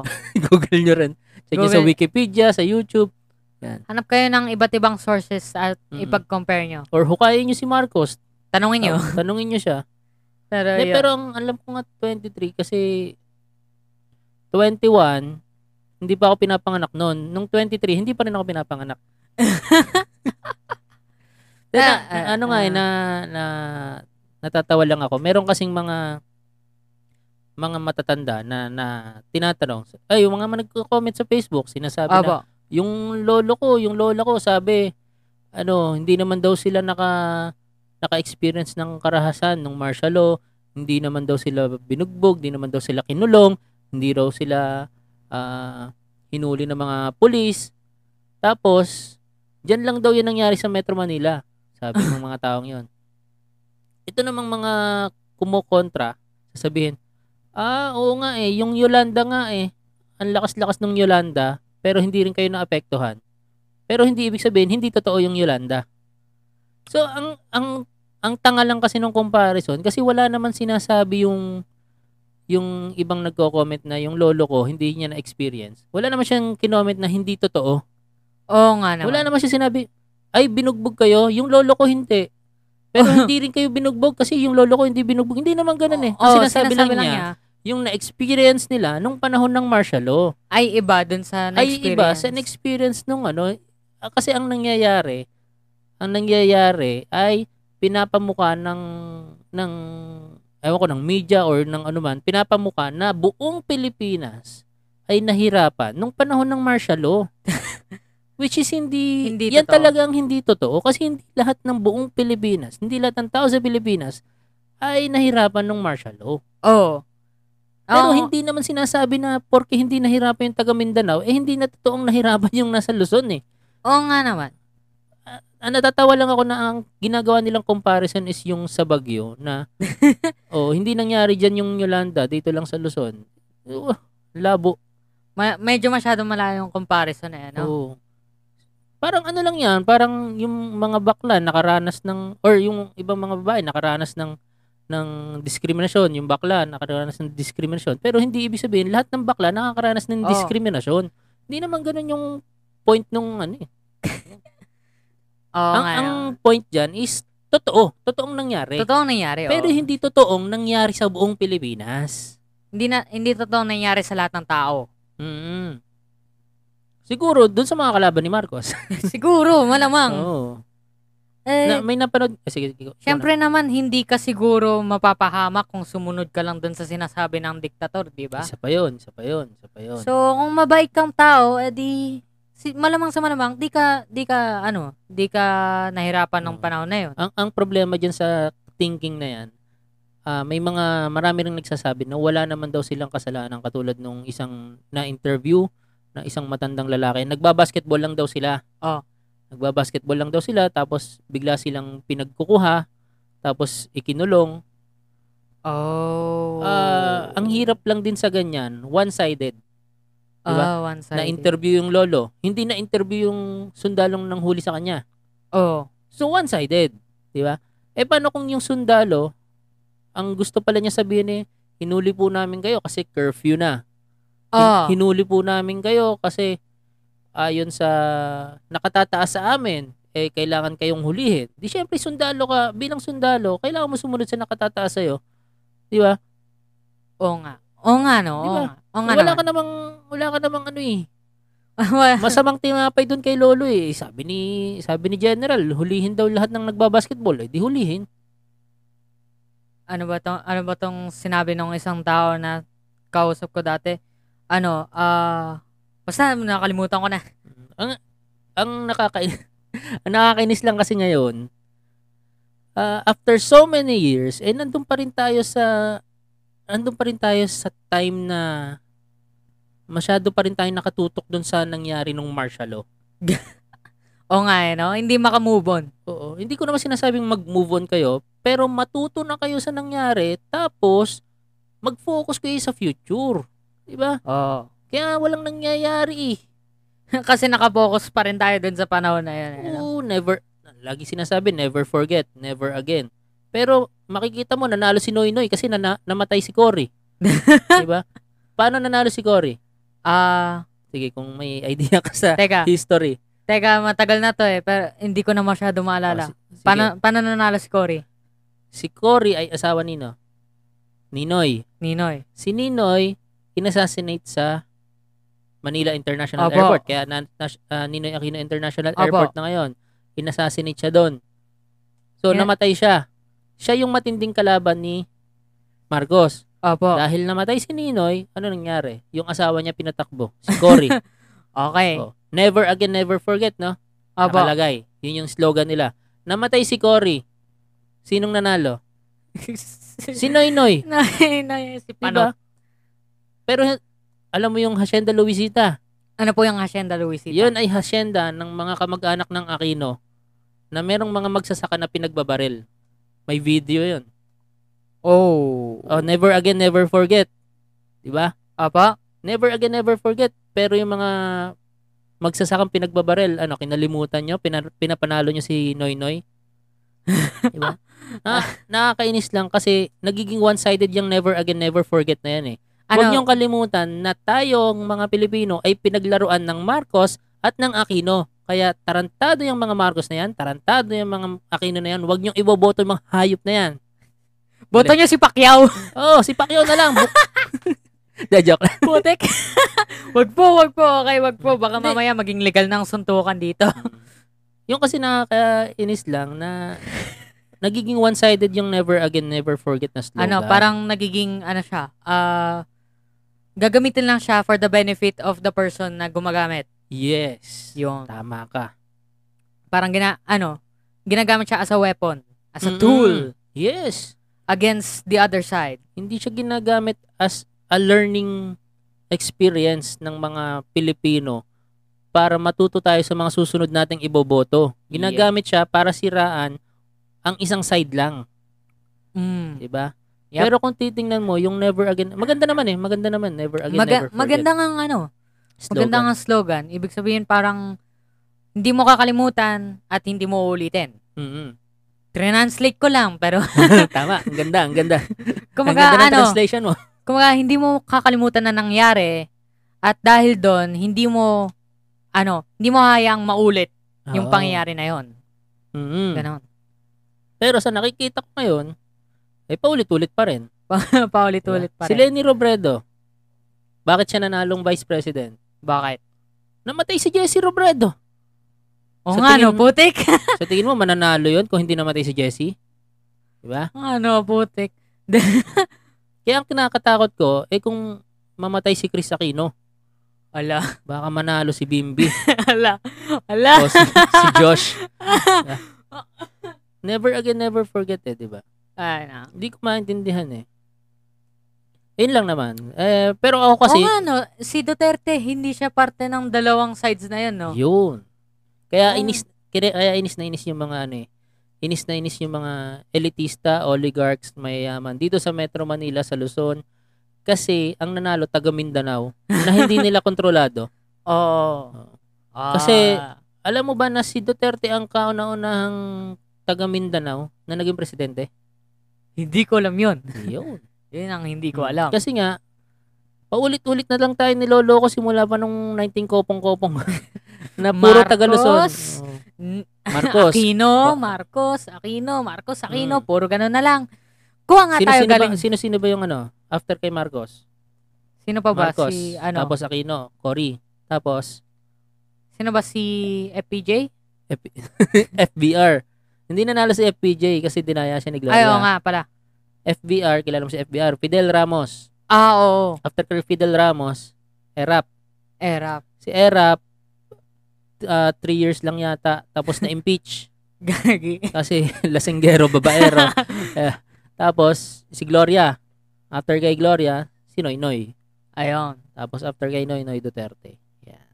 Oo.
I-Google nyo rin. Check nyo sa
Google.
Wikipedia, sa YouTube.
Hanap kayo ng iba't ibang sources at
Mm-mm.
ipag-compare nyo.
Or hukayin nyo si Marcos.
Tanungin nyo.
Tanungin nyo siya.
Pero,
Hindi,
yun.
pero ang alam ko nga 23 kasi 21 hindi pa ako pinapanganak noon. Nung 23, hindi pa rin ako pinapanganak. Then,
Ah,
na-
ah,
ano nga eh,
ah.
na, na, natatawa lang ako. Meron kasing mga mga matatanda na, na tinatanong. Ay, yung mga mga nagko-comment sa Facebook, sinasabi na,
Opo.
yung lolo ko, yung lola ko, sabi, ano, hindi naman daw sila naka naka-experience ng karahasan ng martial law, hindi naman daw sila binugbog, hindi naman daw sila kinulong, hindi daw sila ah, hinuli ng mga pulis. Tapos, diyan lang daw 'yan nangyari sa Metro Manila, sabi ng mga taong 'yon. Ito namang mga kumukontra, sasabihin, ah, oo nga eh, yung Yolanda nga eh, ang lakas-lakas ng Yolanda, pero hindi rin kayo naapektuhan. Pero hindi ibig sabihin hindi totoo yung Yolanda. So ang ang ang tanga lang kasi nung comparison kasi wala naman sinasabi yung yung ibang nagko-comment na yung lolo ko hindi niya na-experience. Wala naman siyang kinoment na hindi totoo.
Oo nga naman.
Wala naman siya sinabi, ay binugbog kayo, yung lolo ko hindi. Pero hindi rin kayo binugbog kasi yung lolo ko hindi binugbog. Hindi naman ganun eh. Ang
Oo,
sinasabi, lang, niya, yung na-experience nila nung panahon ng martial law
ay iba dun sa
ay
na-experience.
iba sa experience nung ano ah, kasi ang nangyayari ang nangyayari ay pinapamukha ng ng ewan ko ng media or ng ano man pinapamukha na buong Pilipinas ay nahirapan nung panahon ng martial law which is hindi,
Hindi
yan
totoo.
talagang hindi totoo kasi hindi lahat ng buong Pilipinas hindi lahat ng tao sa Pilipinas ay nahirapan ng martial law
Oo.
pero
Oo.
hindi naman sinasabi na porke hindi nahirapan yung taga Mindanao, eh hindi na totoong nahirapan yung nasa Luzon eh.
Oo nga naman.
Ah, natatawa lang ako na ang ginagawa nilang comparison is yung sa Bagyo na oh, hindi nangyari dyan yung Yolanda, dito lang sa Luzon. Uh, labo.
Ma- medyo masyadong malayo yung comparison na yan. No?
Oo. Parang ano lang yan, parang yung mga bakla nakaranas ng, or yung ibang mga babae nakaranas ng ng diskriminasyon, yung bakla nakaranas ng diskriminasyon. Pero hindi ibig sabihin, lahat ng bakla nakakaranas ng
Oo.
diskriminasyon. Hindi naman ganun yung point nung ano eh.
Oo
ang,
nga
ang
naman.
point dyan is, totoo, totoong nangyari.
Totoong nangyari.
Pero
oo.
hindi totoong nangyari sa buong Pilipinas.
Hindi, na, hindi totoong nangyari sa lahat ng tao.
Mm.
Mm-hmm.
Siguro, dun sa mga kalaban ni Marcos.
Siguro, malamang.
Oo.
Eh,
Na, may napanood. Eh, sige, sige.
Siyempre naman, hindi ka siguro mapapahamak kung sumunod ka lang dun sa sinasabi ng diktator, di ba?
Isa pa yun, isa pa yun, isa pa yun.
Diba? So, kung mabait kang tao, edi si, malamang sa malamang, di ka, di ka, ano, di ka nahirapan ng
Oo.
panahon na yun.
ang, ang problema dyan sa thinking na yan, ah, may mga marami rin nagsasabi na wala naman daw silang kasalanan katulad nung isang na-interview na isang matandang lalaki. Nagbabasketball lang daw sila.
Oh.
Nagbabasketball lang daw sila tapos bigla silang pinagkukuha tapos ikinulong.
Oh.
Ah, ang hirap lang din sa ganyan, one-sided. diba?
Oh, one-sided.
Na-interview yung lolo. Hindi na-interview yung sundalong nang huli sa kanya.
Oh.
So one-sided, 'di ba? Eh paano kung yung sundalo ang gusto pala niya sabihin eh hinuli po namin kayo kasi curfew na. Hin-
Oh.
Hinuli po namin kayo kasi ayon sa nakatataas sa amin eh kailangan kayong hulihin. Di syempre sundalo ka, bilang sundalo, kailangan mo sumunod sa nakatataas sa'yo. 'Di ba?
Oo nga. Oo nga, no?
Di
Oo
ba?
nga. Oo nga
Wala
naman.
ka namang wala ka namang ano eh.
Wala.
Masamang tinapay doon kay Lolo eh. Sabi ni sabi ni General, hulihin daw lahat ng nagbabasketball. Eh di hulihin.
ano ba tong ano ba tong sinabi ng isang tao na kausap ko dati? Ano, ah basta nakalimutan ko na.
Ang ang nakakainis, ang nakakainis lang kasi ngayon, ah, after so many years, eh nandun pa rin tayo sa nandun pa rin tayo sa time na masyado pa rin tayo nakatutok dun sa nangyari nung martial law.
Oo nga eh, no? Hindi makamove on.
Oo, hindi ko naman sinasabing mag-move on kayo, pero matuto na kayo sa nangyari, tapos mag-focus kayo sa future. Diba?
Oo.
Kaya walang nangyayari eh.
Kasi nakapokus pa rin tayo dun sa panahon na yun. eh, no?
Oo, never, lagi sinasabi, never forget, never again. Pero makikita mo, nanalo si Noy Noy kasi nana- namatay si Cory. Di ba? Paano nanalo si Cory?
Ah,
Sige, kung may idea ka sa
teka,
history.
teka, matagal na to eh, pero hindi ko na masyado
Oh,
maalala.
si- sige.
paano, paano nanalo si Cory?
Si Cory ay asawa nino. Ninoy.
Ninoy.
Si Ninoy, inassassinate sa Manila International
Opo.
Airport. Kaya na, nas- ah, Ninoy Aquino International
Opo.
Airport na ngayon. Inassassinate siya doon. So,
Yeah.
namatay siya. Siya yung matinding kalaban ni Marcos.
Opo.
Dahil namatay si Ninoy, ano nangyari? Yung asawa niya pinatakbo, si Cory.
Okay.
Oh. Never again, never forget, no?
Opo.
Nakalagay. Yun yung slogan nila. Namatay si Cory. Sinong nanalo? Si Noynoy.
Nay, nay, si
Diba?
Pano.
Pero alam mo yung Hacienda Luisita.
Ano po yung Hacienda Luisita?
Yun ay hacienda ng mga kamag-anak ng Aquino na merong mga magsasaka na pinagbabaril. May video yun.
Oh.
Oh, never again, never forget. Di ba?
Opo.
Never again, never forget. Pero yung mga magsasakang pinagbabaril, ano, kinalimutan nyo, pina, pinapanalo nyo si Noy Noy. Di ba? Na, nakakainis lang kasi nagiging one-sided yung never again, never forget na yan eh. Huwag
Ano?
niyong kalimutan na tayong mga Pilipino ay pinaglaruan ng Marcos at ng Aquino. Kaya tarantado yung mga Marcos na yan, tarantado yung mga Aquino na yan. Huwag niyong iboboto yung mga hayop na yan.
Boto niyo si Pacquiao.
Oh, si Pacquiao na lang. Bu- De, joke lang.
Putek. wag po, wag po. Okay, wag po. Baka
Hindi.
mamaya maging legal ng suntukan dito.
Yung kasi nakakainis lang na nagiging one-sided yung never again, never forget na slogan.
ano, parang nagiging, ano siya, ah, gagamitin lang siya for the benefit of the person na gumagamit.
Yes.
Yung,
Tama ka.
parang gina, ano, ginagamit siya as a weapon, as a tool
Mm-mm. Yes.
against the other side.
hindi siya ginagamit as a learning experience ng mga Pilipino para matuto tayo sa mga susunod nating iboboto. Ginagamit siya para siraan ang isang side lang,
Mm.
'di ba?
Yep.
Pero kung titingnan mo yung never again, maganda naman eh, maganda naman never again never
Maga-
forget.
maganda nga ang ano, maganda nga ang slogan. Ibig sabihin parang hindi mo kakalimutan at hindi mo uulitin.
mm
Translate ko lang, pero
Tama, ang ganda, ang ganda. ang
kumaga
ganda ng
ano,
translation mo.
kumaga hindi mo kakalimutan na nangyari at dahil doon, hindi mo ano, hindi mo hayaang maulit yung
Oo. Hmm.
pangyayari na yon.
Mm-mm.
Ganon.
Pero sa nakikita ko ngayon, ay paulit-ulit pa rin.
Paulit-ulit pa
Diba? Si
rin.
Lenny Robredo, bakit siya nanalong vice president?
Bakit?
Namatay si Jesse Robredo.
O
Sa
nga no,
tingin-
putik.
Sa tingin mo, mananalo yun kung hindi namatay si Jesse? Diba?
ano, putik.
Kaya ang kinakatakot ko, eh kung mamatay si Chris Aquino,
Ala,
baka manalo si Bimby
ala, ala.
o si, si Josh. Diba? Never again, never forget eh, diba?
Ano.
Hindi ko maintindihan eh. Yun lang naman. Eh, pero ako kasi,
Oo nga, no. Si Duterte, hindi siya parte ng dalawang sides na yun, no? Ah.
Yun. Kaya
Oo.
inis kaya, kaya inis na inis yung mga ano eh. Inis na inis yung mga elitista, oligarchs, mayayaman dito sa Metro Manila sa Luzon kasi ang nanalo taga Mindanao na hindi nila kontrolado.
Oo. Ah.
Kasi- Alam mo ba na si Duterte ang kauna-unahang taga Mindanao na naging presidente?
hindi ko alam yun.
Yun.
Yun ang hindi ko alam.
Kasi nga paulit-ulit na lang tayo niloloko simula pa nung 19 kopong-kopong na puro taga Luzon.
Marcos.
Oo.
N-
Marcos.
Aquino,
Ba-
Marcos, Aquino, Marcos, Aquino,
Mm.
puro ganun na lang. Kuha nga tayo
Sino-sino ba,
galing.
sino-sino ba yung ano? After kay Marcos?
Sino pa ba?
Marcos.
Si, ano?
Tapos Aquino. Cory. Tapos
Sino ba si FPJ?
F- FBR. Hindi nanalo si FPJ kasi dinaya siya ni Gloria.
Ay, oo nga pala.
FBR, kilala mo si FBR. Fidel Ramos.
Ah, oo.
After kay Fidel Ramos, Erap.
Erap.
Si Erap, uh, three years lang yata. Tapos na-impeach.
Gagi.
kasi lasenggero, babaero. Eh, tapos, si Gloria. After kay Gloria, si Noynoy.
Ayun.
Tapos after kay Noy Noy Duterte. Yeah.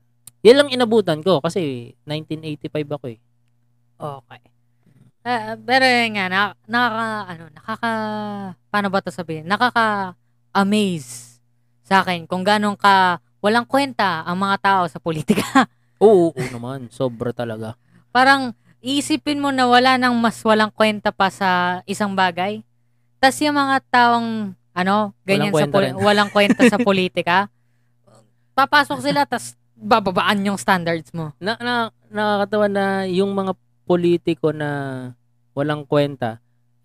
Yan lang inabutan ko kasi 1985 ako eh.
Okay. Ah, pero yun nga, na, nakaka, ano, nakaka, paano ba to sabihin? Nakaka-amaze sa akin kung ganun ka, walang kwenta ang mga tao sa politika.
Oo, oo naman. Sobra talaga.
Parang, iisipin mo na wala nang mas walang kwenta pa sa isang bagay. Tapos yung mga taong, ano, ganyan sa
Walang
poli-
kwenta rin.
walang kwenta sa politika, papasok sila, tapos bababaan yung standards mo.
Na, na, nakakatawa na yung mga politiko na walang kwenta,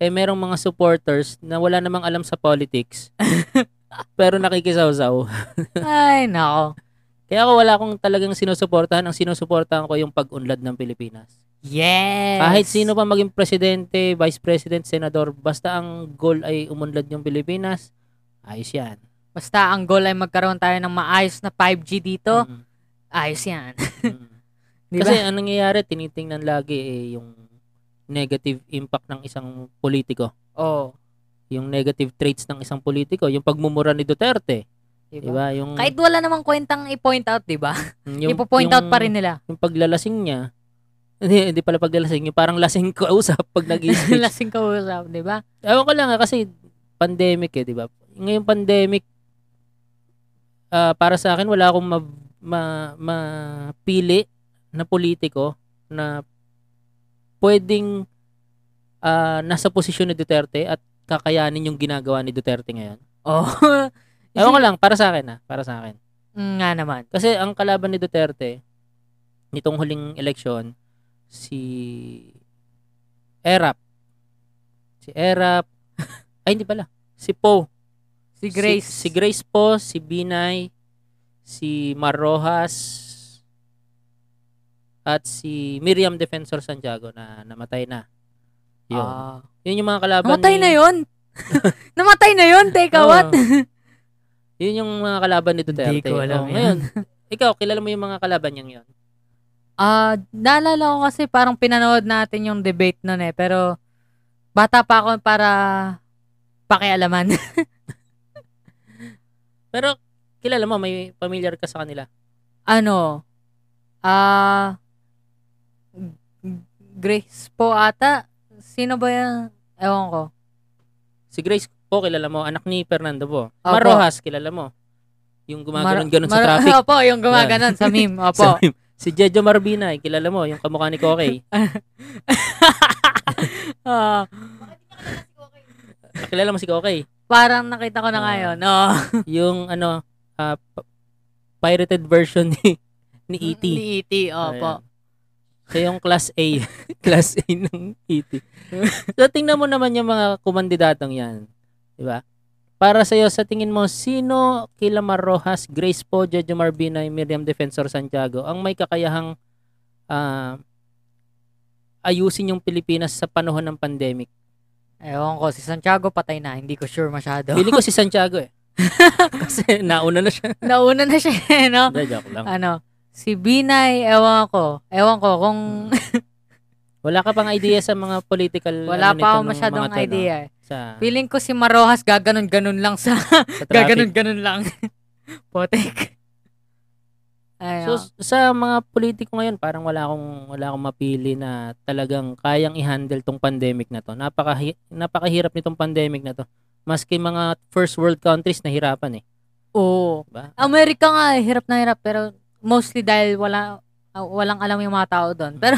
eh merong mga supporters na wala namang alam sa politics, pero nakikisaw-saw.
Ay, nako.
Kaya ako wala akong talagang sinusuportahan. Ang sinusuportahan ko yung pag-unlad ng Pilipinas.
Yes.
Kahit sino pa maging presidente, vice president, senador, basta ang goal ay umunlad yung Pilipinas, ayos yan.
Basta ang goal ay magkaroon tayo ng maayos na 5G dito,
Mm,
ayos yan.
mm.
Di
Kasi
ba?
ang nangyayari, tinitingnan lagi eh, yung negative impact ng isang politiko.
Oo.
Yung negative traits ng isang politiko. Yung pagmumura ni Duterte.
Di ba?
Diba? Yung,
Kahit wala namang kwentang i-point out, di ba?
yung,
Ipo-point
yung-
out pa rin nila.
Yung paglalasing niya. Hindi, hindi pala paglalasing. Yung parang lasing ko usap pag nag-speech.
Lasing ka usap, di ba?
Ewan ko lang ah, kasi pandemic eh, di ba? Ngayong pandemic, ah, para sa akin, wala akong ma- ma- mapili na politiko na pwedeng ah, nasa posisyon ni Duterte at kakayanin yung ginagawa ni Duterte ngayon.
Oo.
Ewan ko lang, para sa akin ah, para sa akin.
Mm, Nga naman.
Kasi ang kalaban ni Duterte, nitong huling eleksyon, si Erap. Si Erap. Ay, hindi pala. Si Po.
Si Grace.
Si, si Grace Po, si Binay, si Marrojas, at si Miriam Defensor Santiago na namatay na. Yun.
Ah.
yun yung mga kalaban
namatay
ni,
na yun. namatay na yun. Teka,
Oo.
what?
Yun yung mga kalaban ni Duterte.
ko alam
Oo,
yan.
ngayon, ikaw, kilala mo yung mga kalaban niyang yun?
Ah, naalala ko kasi parang pinanood natin yung debate nun eh, pero bata pa ako para pakialaman.
Pero kilala mo, may familiar ka sa kanila.
ano? Ah, G- Grace po ata. Sino ba yan? Ewan ko.
Si Grace po, kilala mo. Anak ni Fernando po.
Opo.
Marojas, kilala mo. Yung
Mar-
gumaganon-ganon sa
Mar-
traffic.
Opo, yung gumaganon sa meme.
Sa
Opo.
meme. si Jejo Marbina, eh, kilala mo. Yung kamukha ni Kokey.
Ah,
Ah, kilala mo si Kokey.
parang nakita ko na nga yun. Oo.
Yung ano, ah, p- pirated version ni, ni E E.T.
Ni E E.T. Opo.
Ayan. Siya yung class A. class A ng E.T. so, tingnan mo naman yung mga kumandidatong yan. Di ba? Para sa'yo, sa tingin mo, sino kila Marrojas, Grace Po, Jojo Marbina, Miriam Defensor Santiago ang may kakayahang ah, ayusin yung Pilipinas sa panahon ng pandemic?
Ewan ko, si Santiago patay na. Hindi ko sure masyado.
Pili ko si Santiago eh. Kasi nauna na siya.
Nauna na siya, eh, no?
Hindi, joke lang.
ano, si Binay, ewan ko. Ewan ko kung
Wala ka pang idea sa mga political
wala
ano
pa
nito
ako
nung mga
masyadong
to, no?
idea. eh.
Sa,
Feeling ko si Marojas gaganon-ganon lang sa
sa traffic.
gaganon-ganon lang. Potek. Ano,
So s- sa mga politiko ngayon, parang wala akong wala akong mapili na talagang kayang i-handle tong pandemic na to. Napaka napakahirap nitong pandemic na to. Maski mga first world countries nahirapan eh,
oo.
'di ba?
Amerika nga, eh, hirap na hirap. Pero mostly dahil wala ah, walang alam yung mga tao doon. Pero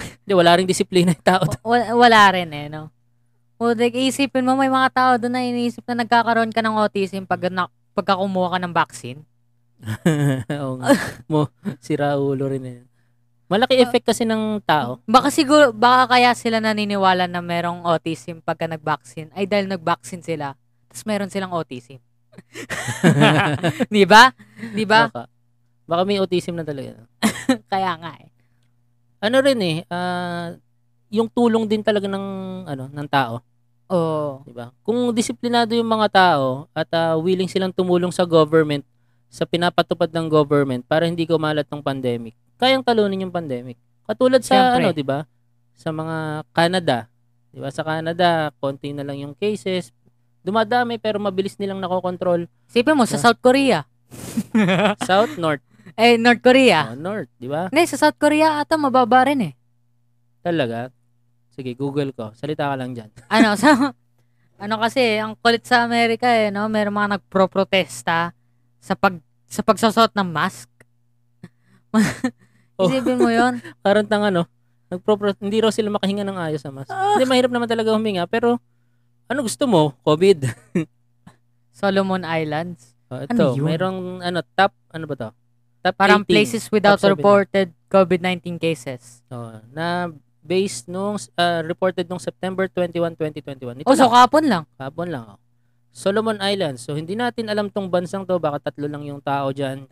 Hindi wala ring disiplina yung tao.
wa- wala rin eh, no? O, like, isipin mo, may mga tao doon na iniisip na nagkakaroon ka ng autism pag, na, pagka kumuha ka ng vaccine.
Oo nga. Mo sira ulo rin eh.
Ah.
Malaki effect kasi ng tao.
Baka siguro, baka kaya sila naniniwala na merong autism pagka nag-vaccine. Ay, dahil nag-vaccine sila, tapos meron silang autism. Di ba? Di ba?
Baka, baka may autism na talaga.
kaya nga eh.
Ano rin eh, ah, yung tulong din talaga ng ano ng tao.
Oo.
di ba? Kung disiplinado yung mga tao at ah, willing silang tumulong sa government sa pinapatupad ng government para hindi kumalat ng pandemic. Kayang talunin yung pandemic. Katulad sa
Siyempre.
ano, di ba? Sa mga Canada, di ba? Sa Canada, konti na lang yung cases. Dumadami pero mabilis nilang nakokontrol.
Isipin mo, sa South Korea.
South, North,
eh, North Korea.
oh, North, di ba?
Hindi, sa South Korea ata mababa rin eh.
Talaga. Sige, Google ko. Salita ka lang dyan.
Ano, sa... Ano kasi, ang kulit sa Amerika eh, no? Merong mga nagpro-protesta sa pag sa pagsasot ng mask.
Oh.
Isipin mo yon
Parang tanga, no? ano, Nagpro- hindi raw sila makahinga ng ayos sa mas.
Ah.
Hindi, mahirap naman talaga huminga. Pero, ano gusto mo? COVID.
Solomon Islands.
Oh, ito,
Ano yun?
mayroong ano top, ano ba to? Top
Parang
18,
places without
Top seven.
reported COVID-19 cases.
oh, na based nung uh, reported nung September 21, 2021. Ito
Oh, so
lang,
kapon lang.
Kapon lang. Oh. Solomon Islands. So hindi natin alam tong bansang to, baka tatlo lang yung tao diyan.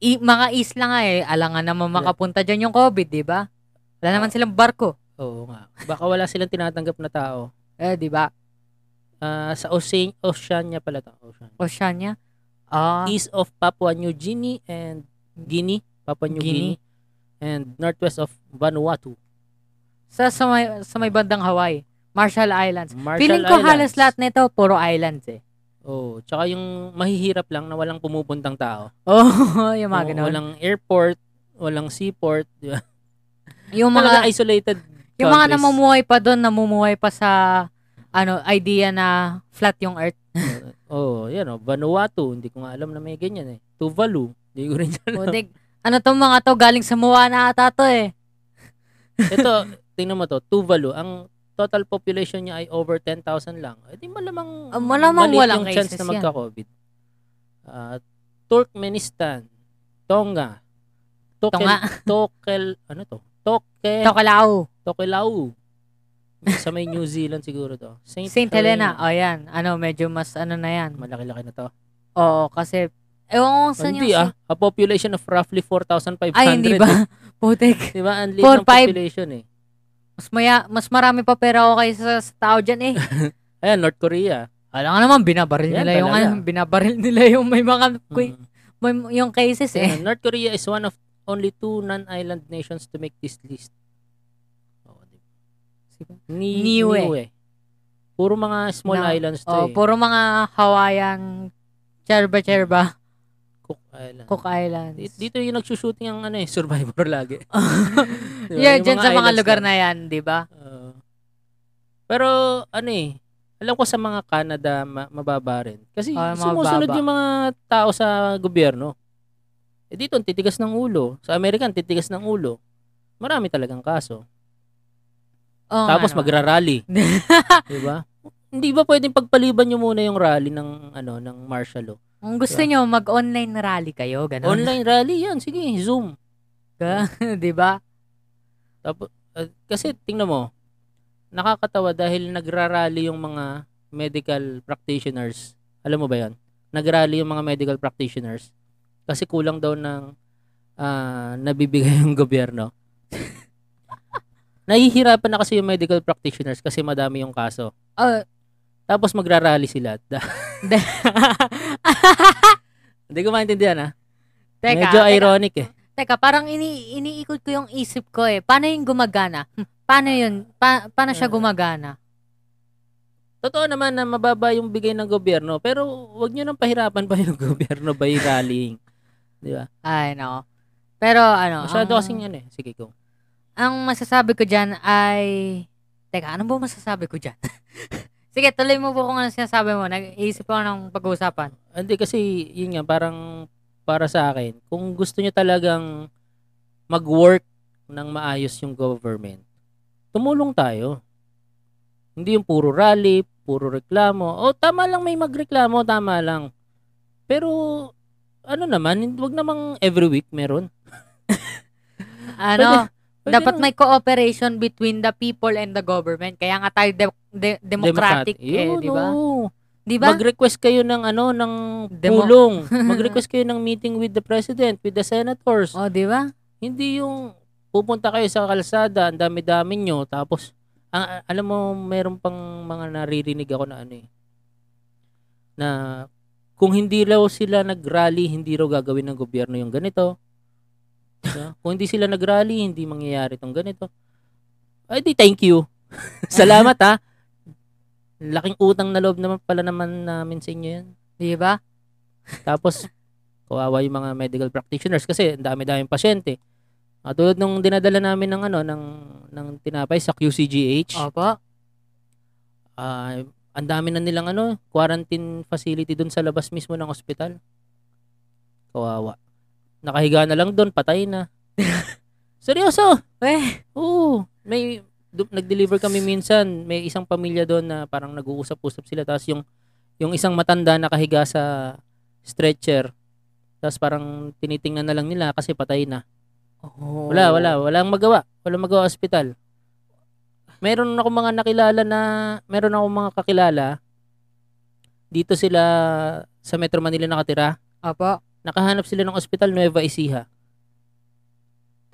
I, mga isla nga eh, alangan naman makapunta dyan yung COVID, di ba? Wala
Ah.
naman silang barko.
Oo nga. Baka wala silang tinatanggap na tao.
Eh, di ba?
Ah, sa Ocean Oceania pala to. Ocean.
Oceania. Ah,
East of Papua New Guinea and Guinea, Papua New
Guinea.
Guinea, and northwest of Vanuatu.
sa, sa, may, sa may bandang Hawaii. Marshall Islands.
Marshall
Feeling ko halos
Islands.
lahat nito puro islands eh.
Oh, tsaka yung mahihirap lang na walang pumupuntang tao.
Oh, yung mga
Oo,
ganun.
walang airport, walang seaport, di ba?
yung mga
Talaga isolated
yung mga
countries.
namumuhay pa doon, namumuhay pa sa ano idea na flat yung earth.
Oh, yan oh, Vanuatu, hindi ko nga alam na may ganyan eh. Tuvalu, hindi ko rin alam.
Budig. ano tong mga to galing sa Moana ata to eh.
Ito, tingnan mo to, Tuvalu, ang total population niya ay over 10,000 lang. Eh, di malamang,
Ah, malamang
maliit
walang
yung chance
cases
na
yan.
magka-COVID. Ah, Turkmenistan, Tonga, Tokel,
Tonga.
Tokel, ano to? Tokel,
Tokelau,
Tokelau. Sa may New Zealand siguro to. Saint, Ah,
St. Helena. O yan, ano medyo mas ano na yan.
Malaki-laki na to.
Oo, kasi ewan ko
Oh,
saan
hindi
yung...
ah. A population of roughly 4,500.
Ay, hindi ba? Putik.
Di ba? Ang liit
Four,
ng
five.
population eh.
Mas, maya, mas marami pa pera ako kaysa sa, sa tao dyan eh.
Ayan, North Korea.
Alam nga naman, binabaril
Yan
nila yung
talaga.
ano, binabaril nila yung may mga kui-
Mm.
may- yung cases eh.
Ayan, North Korea is one of only two non-island nations to make this list. Oh, di ba? Ni-
Niue.
Niue. Puro mga small
Na-
islands to
Oh,
eh.
puro mga Hawaiian Cherba Cherba,
Cook Island.
Cook Islands.
Di- Dito yung nagsushooting ang ano eh, survivor lagi. Di ba?
yeah,
Yung
dyan sa mga
islands
lugar
lang.
na yan, di ba?
Oo. Ah. pero ano eh, alam ko sa mga Canada ma- mababa rin. Kasi
Ah,
sumusunod
mababa.
yung mga tao sa gobyerno. Eh dito, ang titigas ng ulo. Sa Amerika, ang titigas ng ulo. Marami talagang kaso.
Oo nga
Tapos
naman.
magra-rally. di ba? Hindi ba pwedeng pagpaliban nyo muna yung rally ng ano ng martial law?
Kung gusto nyo, mag-online rally kayo, ganun.
Online rally yan, sige, Zoom.
Ka, di ba?
Tapos uh, kasi tingnan mo, nakakatawa dahil nagrarally yung mga medical practitioners. Alam mo ba 'yon? Nagrally yung mga medical practitioners kasi kulang daw ng ah, nabibigay yung gobyerno. Nahihirapan na kasi yung medical practitioners kasi madami yung kaso.
Oh,
Tapos magrarally sila.
de-
Hindi ko maintindihan ah.
teka,
Medyo
teka,
ironic eh.
teka, parang ini iniikot ko yung isip ko eh. Paano yung gumagana? Hmm, Paano yun? Pa- paano siya
Ah.
gumagana?
Totoo naman na mababa yung bigay ng gobyerno, pero wag nyo nang pahirapan pa yung gobyerno by rallying. Di ba?
Ay, no. Pero ano,
Masyado
ang-
kasing ano eh. Sige, go.
ang masasabi ko dyan ay... Teka, ano ba masasabi ko dyan? Sige, tuloy mo po kung ano sinasabi mo. Nag-iisip ako ng pag-uusapan.
Hindi kasi, yun nga, parang para sa akin, kung gusto nyo talagang mag-work ng maayos yung government, tumulong tayo. Hindi yung puro rally, puro reklamo. O tama lang may magreklamo, tama lang. Pero ano naman, hin- wag namang every week meron.
Ano?
Pwede
dapat
nang-
may cooperation between the people and the government. Kaya nga tayo de- de- democratic eh,
Yun,
di ba?
oo.
Di ba?
Mag-request kayo ng ano, ng
Diba? Demo-
pulong. Mag-request kayo ng meeting with the president, with the senators.
oh, di ba?
Hindi yung pupunta kayo sa kalsada, ang dami-dami nyo, tapos, ang- alam mo, meron pang mga naririnig ako na ano eh, na kung hindi raw sila nag-rally, hindi raw gagawin ng gobyerno yung ganito. No? kung hindi sila nag-rally, hindi mangyayari tong ganito. Ay di, thank you. Salamat ha. Laking utang na loob naman pala naman namin sa inyo yan.
Di ba?
Tapos, kawawa yung mga medical practitioners kasi ang dami-daming pasyente. Ah, tulad nung dinadala namin ng ano ng ng tinapay sa QCGH,
Opo.
ah, ang dami na nilang ano quarantine facility doon sa labas mismo ng ospital. Kawawa. Nakahiga na lang doon, patay na. Seryoso?
Eh,
Oo. May du- nag-deliver kami minsan, may isang pamilya doon na parang nag-uusap-usap sila tapos yung yung isang matanda nakahiga sa stretcher. oh. Tapos parang tinitingnan na lang nila kasi patay na. Wala, wala, walang magawa. Wala mag-hospital. Meron ako mga nakilala na, meron ako mga kakilala, dito sila sa Metro Manila nakatira,
Opo.
nakahanap sila ng ospital Nueva Ecija.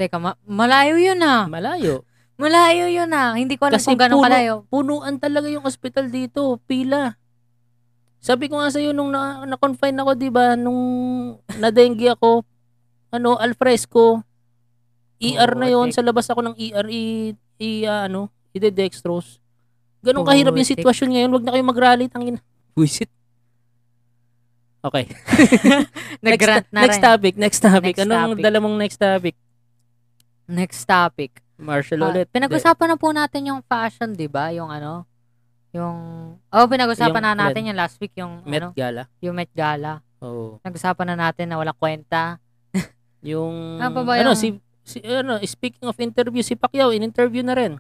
Teka, ma- malayo yun ah.
Malayo.
Malayo yun ah. Hindi ko alam
Kasi
kung gano'ng
puno-
kalayo.
punuan talaga yung ospital dito, pila. Sabi ko nga sa'yo, nung na, na-confine ako, di ba, nung na-dengue ako, ano, alfresco, ER na yon
Putik.
sa labas ako ng ER, i, i ah, ano, i-dextrose. Ganun kahirap yung
Putik.
sitwasyon ngayon, wag na kayo mag-rally, tangin. Buisit. Okay.
Nag-grant na
next
rin.
topic, next topic.
Next
Anong
topic.
dala mong next topic?
Next topic.
Marshall
Ah,
ulit.
pinag-usapan na po natin yung fashion, di ba? Yung ano? Yung... Oh, pinag-usapan
Yung
na natin yung last week, yung
Hindi. Met
ano,
Gala.
yung Met Gala.
Oo.
Nag-usapan na natin na walang kwenta.
Yung
Ano pa ba
ano
yung-
si, si ano speaking of interview si Pacquiao in-interview na rin.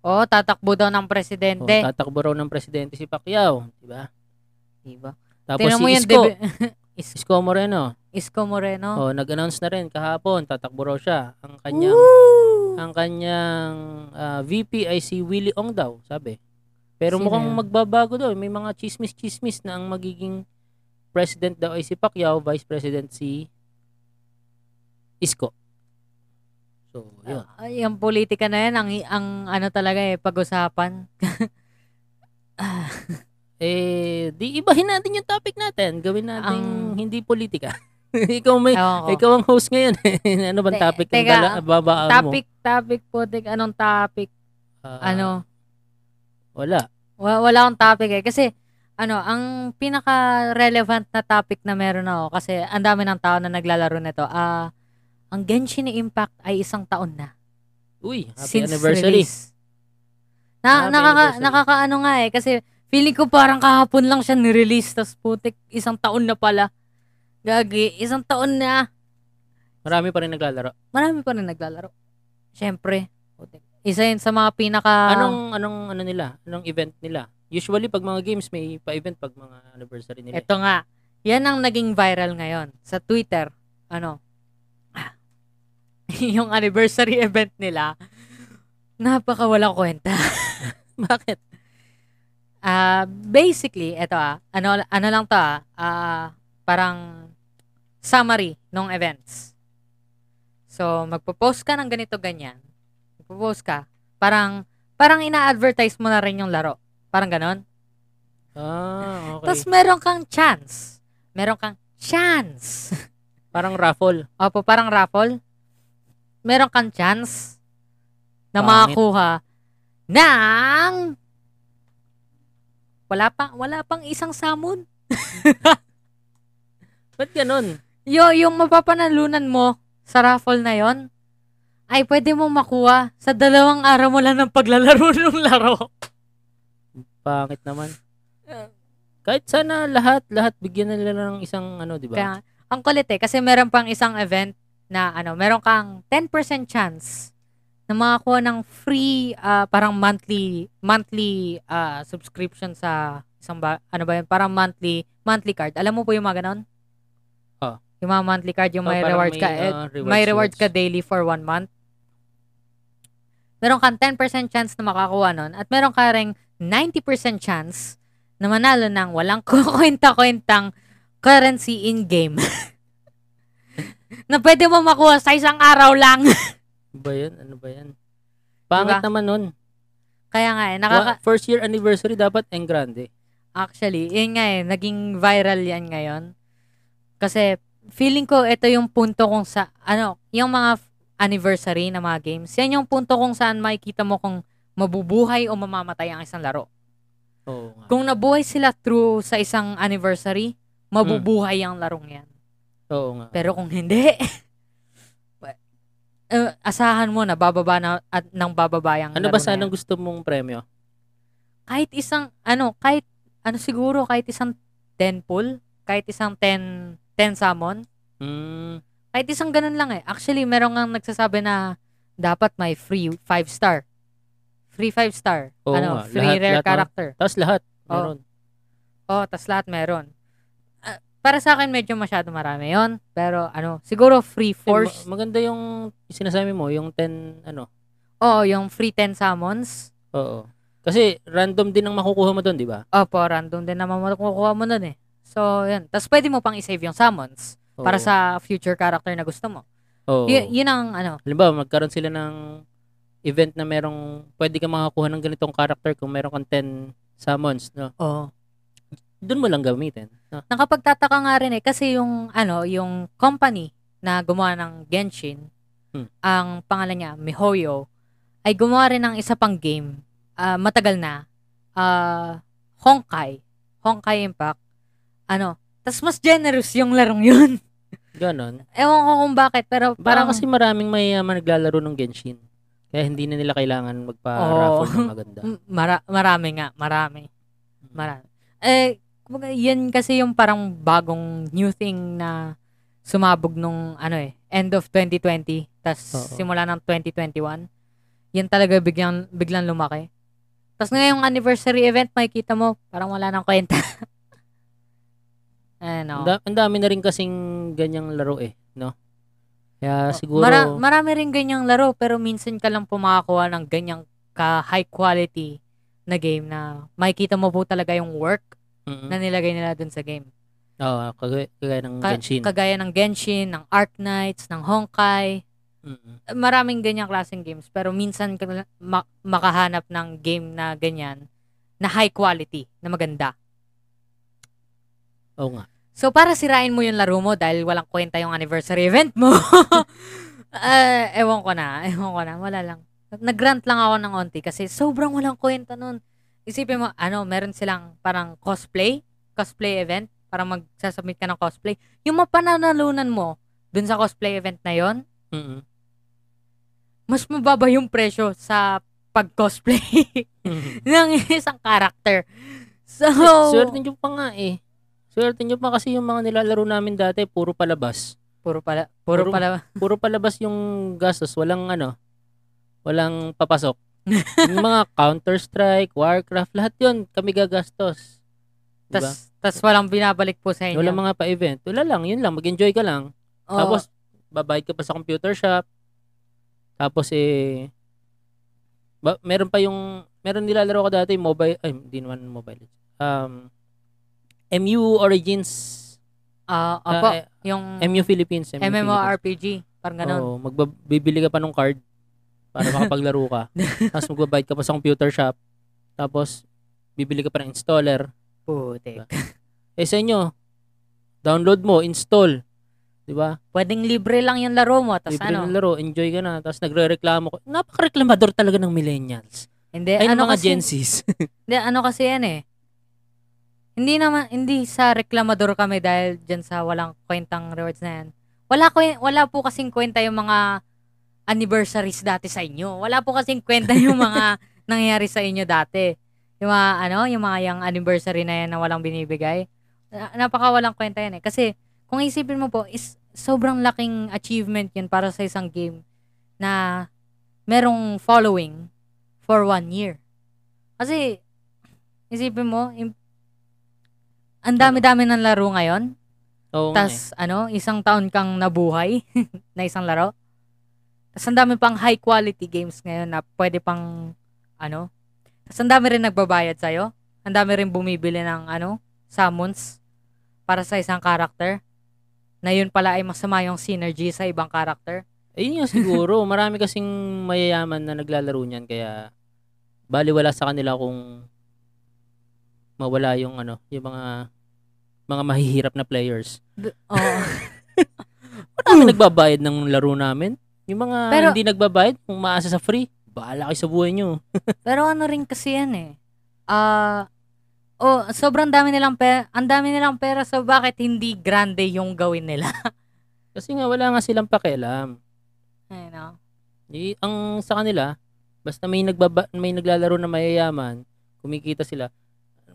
Oh, tatakbo daw ng
Oh,
presidente.
tatakbo raw ng presidente si Pacquiao, di ba?
di ba?
Tapos
Tingnan
si
mo yung
Isko,
debe-
Isko Moreno,
Isko Moreno.
oh, nag-announce na rin kahapon tatakbo raw siya. Ang kanyang
Woo!
ang kanyang ah, VP ay si Willie Ong daw, sabi. Pero
Sino
mukhang
yun?
magbabago daw, may mga chismis-chismis na ang magiging president daw ay si Pacquiao, vice president si Isko. So, yun.
Ay, ang Ah, politika na yan, ang, ang ano talaga eh, pag-usapan. Ah,
eh, di ibahin natin yung topic natin. Gawin natin
Ang-
hindi politika. ikaw may
ewan ko.
ikaw ano ang host ngayon. ano bang
Te-
topic Ah, ng
teka,
dala babaan
Topic, topic po. Tek, anong topic?
mo? Ah,
ano?
Wala.
Wa- Wala akong topic eh. Kasi, ano, ang pinaka-relevant na topic na meron ako, kasi ang dami ng tao na naglalaro nito, ah, ang Genshin Impact ay isang taon na.
Uy, happy
since
anniversary.
release. Na,
Happy
nakaka,
anniversary.
nakakaano nga eh, kasi feeling ko parang kahapon lang siya nirelease, tas putik, isang taon na pala. Gagi, isang taon na.
Marami pa rin naglalaro.
Marami pa rin naglalaro. Siyempre, putik. Isa yun sa mga pinaka...
anong anong ano nila? Anong event nila? Usually pag mga games may pa-event pag mga anniversary nila.
Ito nga. Yan ang naging viral ngayon sa Twitter. Ano? yung anniversary event nila, napaka walang kwenta.
Bakit?
Ah, basically, eto ah, ano, ano lang to ah, ah, parang summary ng events. So, magpo-post ka ng ganito ganyan. Magpo-post ka. Parang, parang ina-advertise mo na rin yung laro. Parang ganon.
Ah, okay.
Tapos meron kang chance. Meron kang chance.
Parang raffle.
Opo, parang raffle. Meron kang chance na
Pangit.
makakuha ng wala pang wala pang isang samon.
Ba't ganun?
Yo, yung mapapanalunan mo sa raffle na yon ay pwede mo makuha sa dalawang araw mo lang ng paglalaro ng laro.
Pangit naman.
Ah.
Kahit sana lahat, lahat bigyan nila ng isang ano, di ba?
Kaya, ang kulit eh, kasi meron pang isang event na ano, meron kang 10% chance na makakuha ng free ah, parang monthly monthly ah, subscription sa isang ba, ano ba yun, parang monthly monthly card. Alam mo po yung mga ganon?
Ah.
Yung mga monthly card, yung
Oh,
may
parang
rewards ka. eh,
ah,
may rewards ka daily for one month. Meron kang 10% chance na makakuha nun at meron ka ring 90% chance na manalo ng walang kukwenta-kwentang currency in-game. na pwede mo makuha sa isang araw lang.
Ba yun? Ano ba yan? Pangit
Diba?
naman nun.
Kaya nga eh, nakaka-
Wa- First year anniversary dapat en grande.
Actually, yun nga eh, naging viral yan ngayon. Kasi feeling ko ito yung punto kung sa, ano, yung mga f- anniversary na mga games, yan yung punto kung saan makikita mo kung mabubuhay o mamamatay ang isang laro.
Oo nga.
Kung nabuhay sila through sa isang anniversary, mabubuhay ang larong yan.
Oo nga.
Pero kung hindi, eh, asahan mo na bababa na at nang bababa yung
ano
laro
ba
na
sanang
yan.
gusto mong premyo?
kahit isang ano, kahit ano siguro kahit isang 10 pull, kahit isang 10 10 summon,
Mm,
kahit isang ganun lang eh. Actually, meron nga nagsasabi na dapat may free 5 star. Free 5 star.
Oo
ano,
nga,
free
lahat-
rare
lahat, no?
character.
tapos lahat.
Oo.
Meron.
Oh, tas lahat meron. Ah, para sa akin medyo masyado marami 'yon, pero ano, siguro free
Eh, ma-
force.
maganda yung sinasabi mo, yung 10, ano,
Oo, yung free 10 summons.
Oo. Kasi random din ang makukuha mo doon, di ba?
Opo, random din naman makukuha mo nun eh. So, yun. Tapos pwede mo pang i-save yung summons
Oo.
para sa future character na gusto mo.
Oo.
Y- yun ang ano.
Halimbawa, magkaroon sila ng event na merong pwede ka makakuha ng ganitong character kung meron kang 10 summons, no?
Oo.
Doon mo lang gamitin. No?
Nakapagtataka nga rin eh kasi yung ano, yung company na gumawa ng Genshin,
Hmm.
ang pangalan niya, MiHoYo, ay gumawa rin ng isa pang game. ah, matagal na. ah Honkai. Honkai Impact. Ano. Tapos mas generous yung larong yun.
Ganon.
Ewan ko kung bakit, pero
Parang
parang...
kasi maraming mayayaman naglalaro ng Genshin. Kaya hindi na nila kailangan
Oo.
magpa-raffle ng maganda.
M- Mara- marami nga, marami. Marami. Eh, kumbaga, yan kasi yung parang bagong new thing na sumabog nung ano eh, end of 2020, tas
Oo.
simula ng 2021. Yan talaga biglang, biglang lumaki. Tapos ngayong anniversary event, makikita mo, parang wala nang kwenta.
Ang
ano.
da- ang dami na rin kasing ganyang laro eh, no? Kaya siguro,
Oh, Mara- marami rin ganyang laro, pero minsan ka lang pumakakuha ng ganyang ka-high quality na game na makikita mo po talaga yung work
Mm-mm.
na nilagay nila dun sa game.
Oo, kagaya, kagaya ng
Ka-
Genshin.
Kagaya ng Genshin, ng Ark Knights, ng Honkai.
Mm-mm.
Maraming ganyang klaseng games. Pero minsan ka lang ma- makahanap ng game na ganyan na high quality, na maganda.
Oo nga.
So, para sirain mo yung laro mo dahil walang kwenta yung anniversary event mo. Eh, ewan ko na. Ewan ko na. Wala lang. Nag-grant lang ako ng onti kasi sobrang walang kwenta nun. Isipin mo, ano, meron silang parang cosplay, cosplay event, parang magsasubmit ka ng cosplay. Yung mapananalunan mo dun sa cosplay event na yon
Mm-mm.
mas mababa yung presyo sa pag-cosplay ng isang character. So,
Swerte nyo pa nga eh. Swerte nyo pa kasi yung mga nilalaro namin dati, puro palabas.
puro pala, puro,
Puro-
pala,
Puro palabas yung gastos. Walang ano, walang papasok. yung mga Counter-Strike, Warcraft, lahat yun kami gagastos. Diba?
tas, tas walang binabalik po sa inyo.
Walang mga pa-event. Wala lang, yun lang. Mag-enjoy ka lang.
Oo.
Tapos, babayad ka pa sa computer shop. Tapos, eh, ba, meron pa yung, meron nilalaro ko dati, mobile, ay, hindi naman mobile. Um, MU Origins,
Ah,
ah,
opo,
eh,
yung
MU Philippines. MU
MMORPG, parang ganun.
Philippines. Oo, magbibili ka pa ng card para makapaglaro ka. Tapos, magbabayad ka pa sa computer shop. Tapos, bibili ka pa ng installer.
Putik.
Eh, sa inyo, download mo, install. Di ba?
Pwedeng libre lang yung laro mo, tas
Libre
ano,
ng laro, enjoy ka na. Tapos nagre-reklamo ko. Napaka-reklamador talaga ng millennials.
hindi,
Ay,
ano
mga
kasi,
Gen Zs.
hindi, ano kasi yan eh. Hindi naman, hindi sa reklamador kami dahil dyan sa walang kwentang rewards na yan. Wala, kwen- wala po kasing kwenta yung mga anniversaries dati sa inyo. Wala po kasing kwenta yung mga nangyayari sa inyo dati. Yung mga, ano, yung mga yung anniversary na yan na walang binibigay. Na- Napaka walang kwenta yan eh. Kasi, kung isipin mo po, is sobrang laking achievement yun para sa isang game na merong following for one year. Kasi, isipin mo, im- ang dami-dami ng laro ngayon.
Oo nga eh.
Tapos, ano, isang taon kang nabuhay na isang laro. Tapos, ang dami pang high-quality games ngayon na pwede pang, ano. Tapos, ang dami rin nagbabayad sa'yo. Ang dami rin bumibili ng, ano, summons para sa isang character. Na yun pala ay masama yung synergy sa ibang character.
eh. Ayun nga siguro. Marami kasing mayayaman na naglalaro niyan. Kaya, baliwala sa kanila kung mawala yung ano, yung mga mga mahihirap na players.
D- Oo.
Marami nagbabayad ng laro namin. Yung mga
Hmm. Pero-
hindi nagbabayad, kung maasa sa free, bahala kayo sa buhay nyo.
Pero ano rin kasi yan eh. Ah, oh, sobrang dami nilang pera, ang dami nilang pera so bakit hindi grande yung gawin nila?
Kasi nga, wala nga silang pakialam.
you know?
Y- ang sa kanila, basta may nagbaba, may naglalaro na mayayaman, kumikita sila.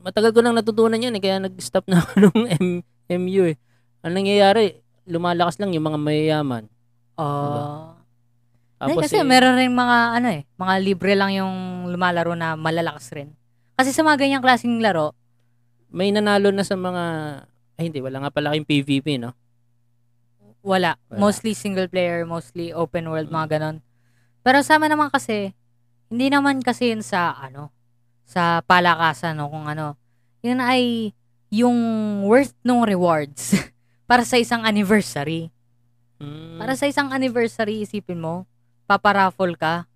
Matagal ko nang natutunan 'yan eh, kaya nag-stop na ako nung M- MU eh. Ang nangyayari, lumalakas lang yung mga mayayaman.
Oh.
Diba? Tapos
kasi
eh,
meron rin mga ano eh, mga libre lang yung lumalaro na malalakas rin. Kasi sa mga ganyang klaseng laro,
may nanalo na sa mga ay hindi, wala nga pala kayong PVP, no?
wala.
Wala.
Mostly single player, mostly open world, mga ganon. Pero sama naman kasi, hindi naman kasi yun sa, ano, sa palakasan o kung ano. Yun ay yung worth ng rewards para sa isang anniversary.
Mm.
Para sa isang anniversary, isipin mo, paparaffle ka,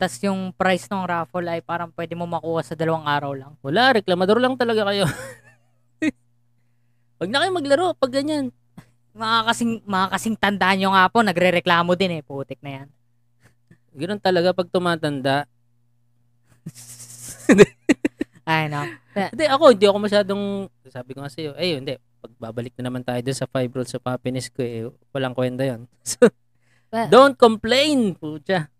tas yung price ng raffle ay parang pwede mo makuha sa dalawang araw lang.
Wala, reklamador lang talaga kayo. Huwag na kayo maglaro pag ganyan.
Mga kasing, mga kasing tandaan nyo nga po, nagre-reklamo din eh, putik na yan.
Ganun talaga pag tumatanda.
Ay, no.
Hindi, ako, hindi ako masyadong, sabi ko nga sa'yo, eh, hindi, pagbabalik na naman tayo dun sa five rules of happiness ko, eh, walang kwenta yun. So,
Well-
don't complain, putya.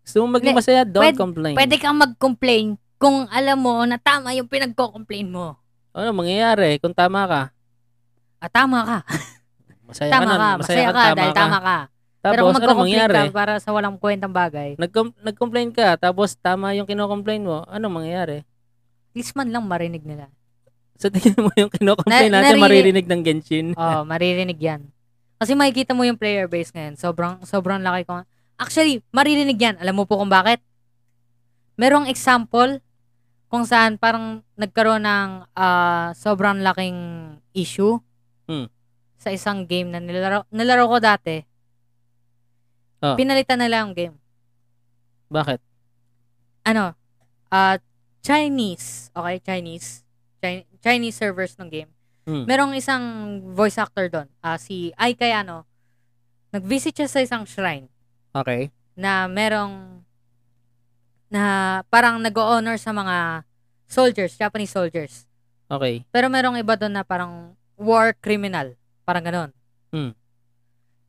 Gusto mo maging
Hindi,
masaya, don't
pwede-
complain.
Pwede kang mag-complain kung alam mo na tama yung pinagko-complain mo.
Ano mangyayari kung tama ka?
Ah, tama ka. Ah,
Masaya
Tama
ka,
ka.
nun, masaya, ka,
dahil tama ka.
Tapos,
Pero kung
ano
magko-complain
mangyayari?
ka para sa walang kwentang bagay,
Nag- nag-complain ka, tapos tama yung kino-complain mo, ano mangyayari?
at least man lang marinig nila.
Sa tingin mo yung kino-complain
Na-
natin,
naririnig-
maririnig ng Genshin.
Oo, maririnig yan. Kasi makikita mo yung player base ngayon. Sobrang, sobrang laki ko. nga. Actually, maririnig yan. Alam mo po kung bakit? Merong example kung saan parang nagkaroon ng ah, sobrang laking issue
Hmm.
sa isang game na nilaro, nilaro ko dati.
Ah.
Pinalitan nila yung game.
Bakit?
ano, ah Chinese, okay, Chinese, Chi- Chinese servers ng game.
Hmm.
Merong isang voice actor doon, ah si Ai Kayano. Nag-visit siya sa isang shrine
Okay.
na merong na parang nag-honor sa mga soldiers, Japanese soldiers.
Okay.
Pero merong iba doon na parang war criminal, parang ganon.
Hmm.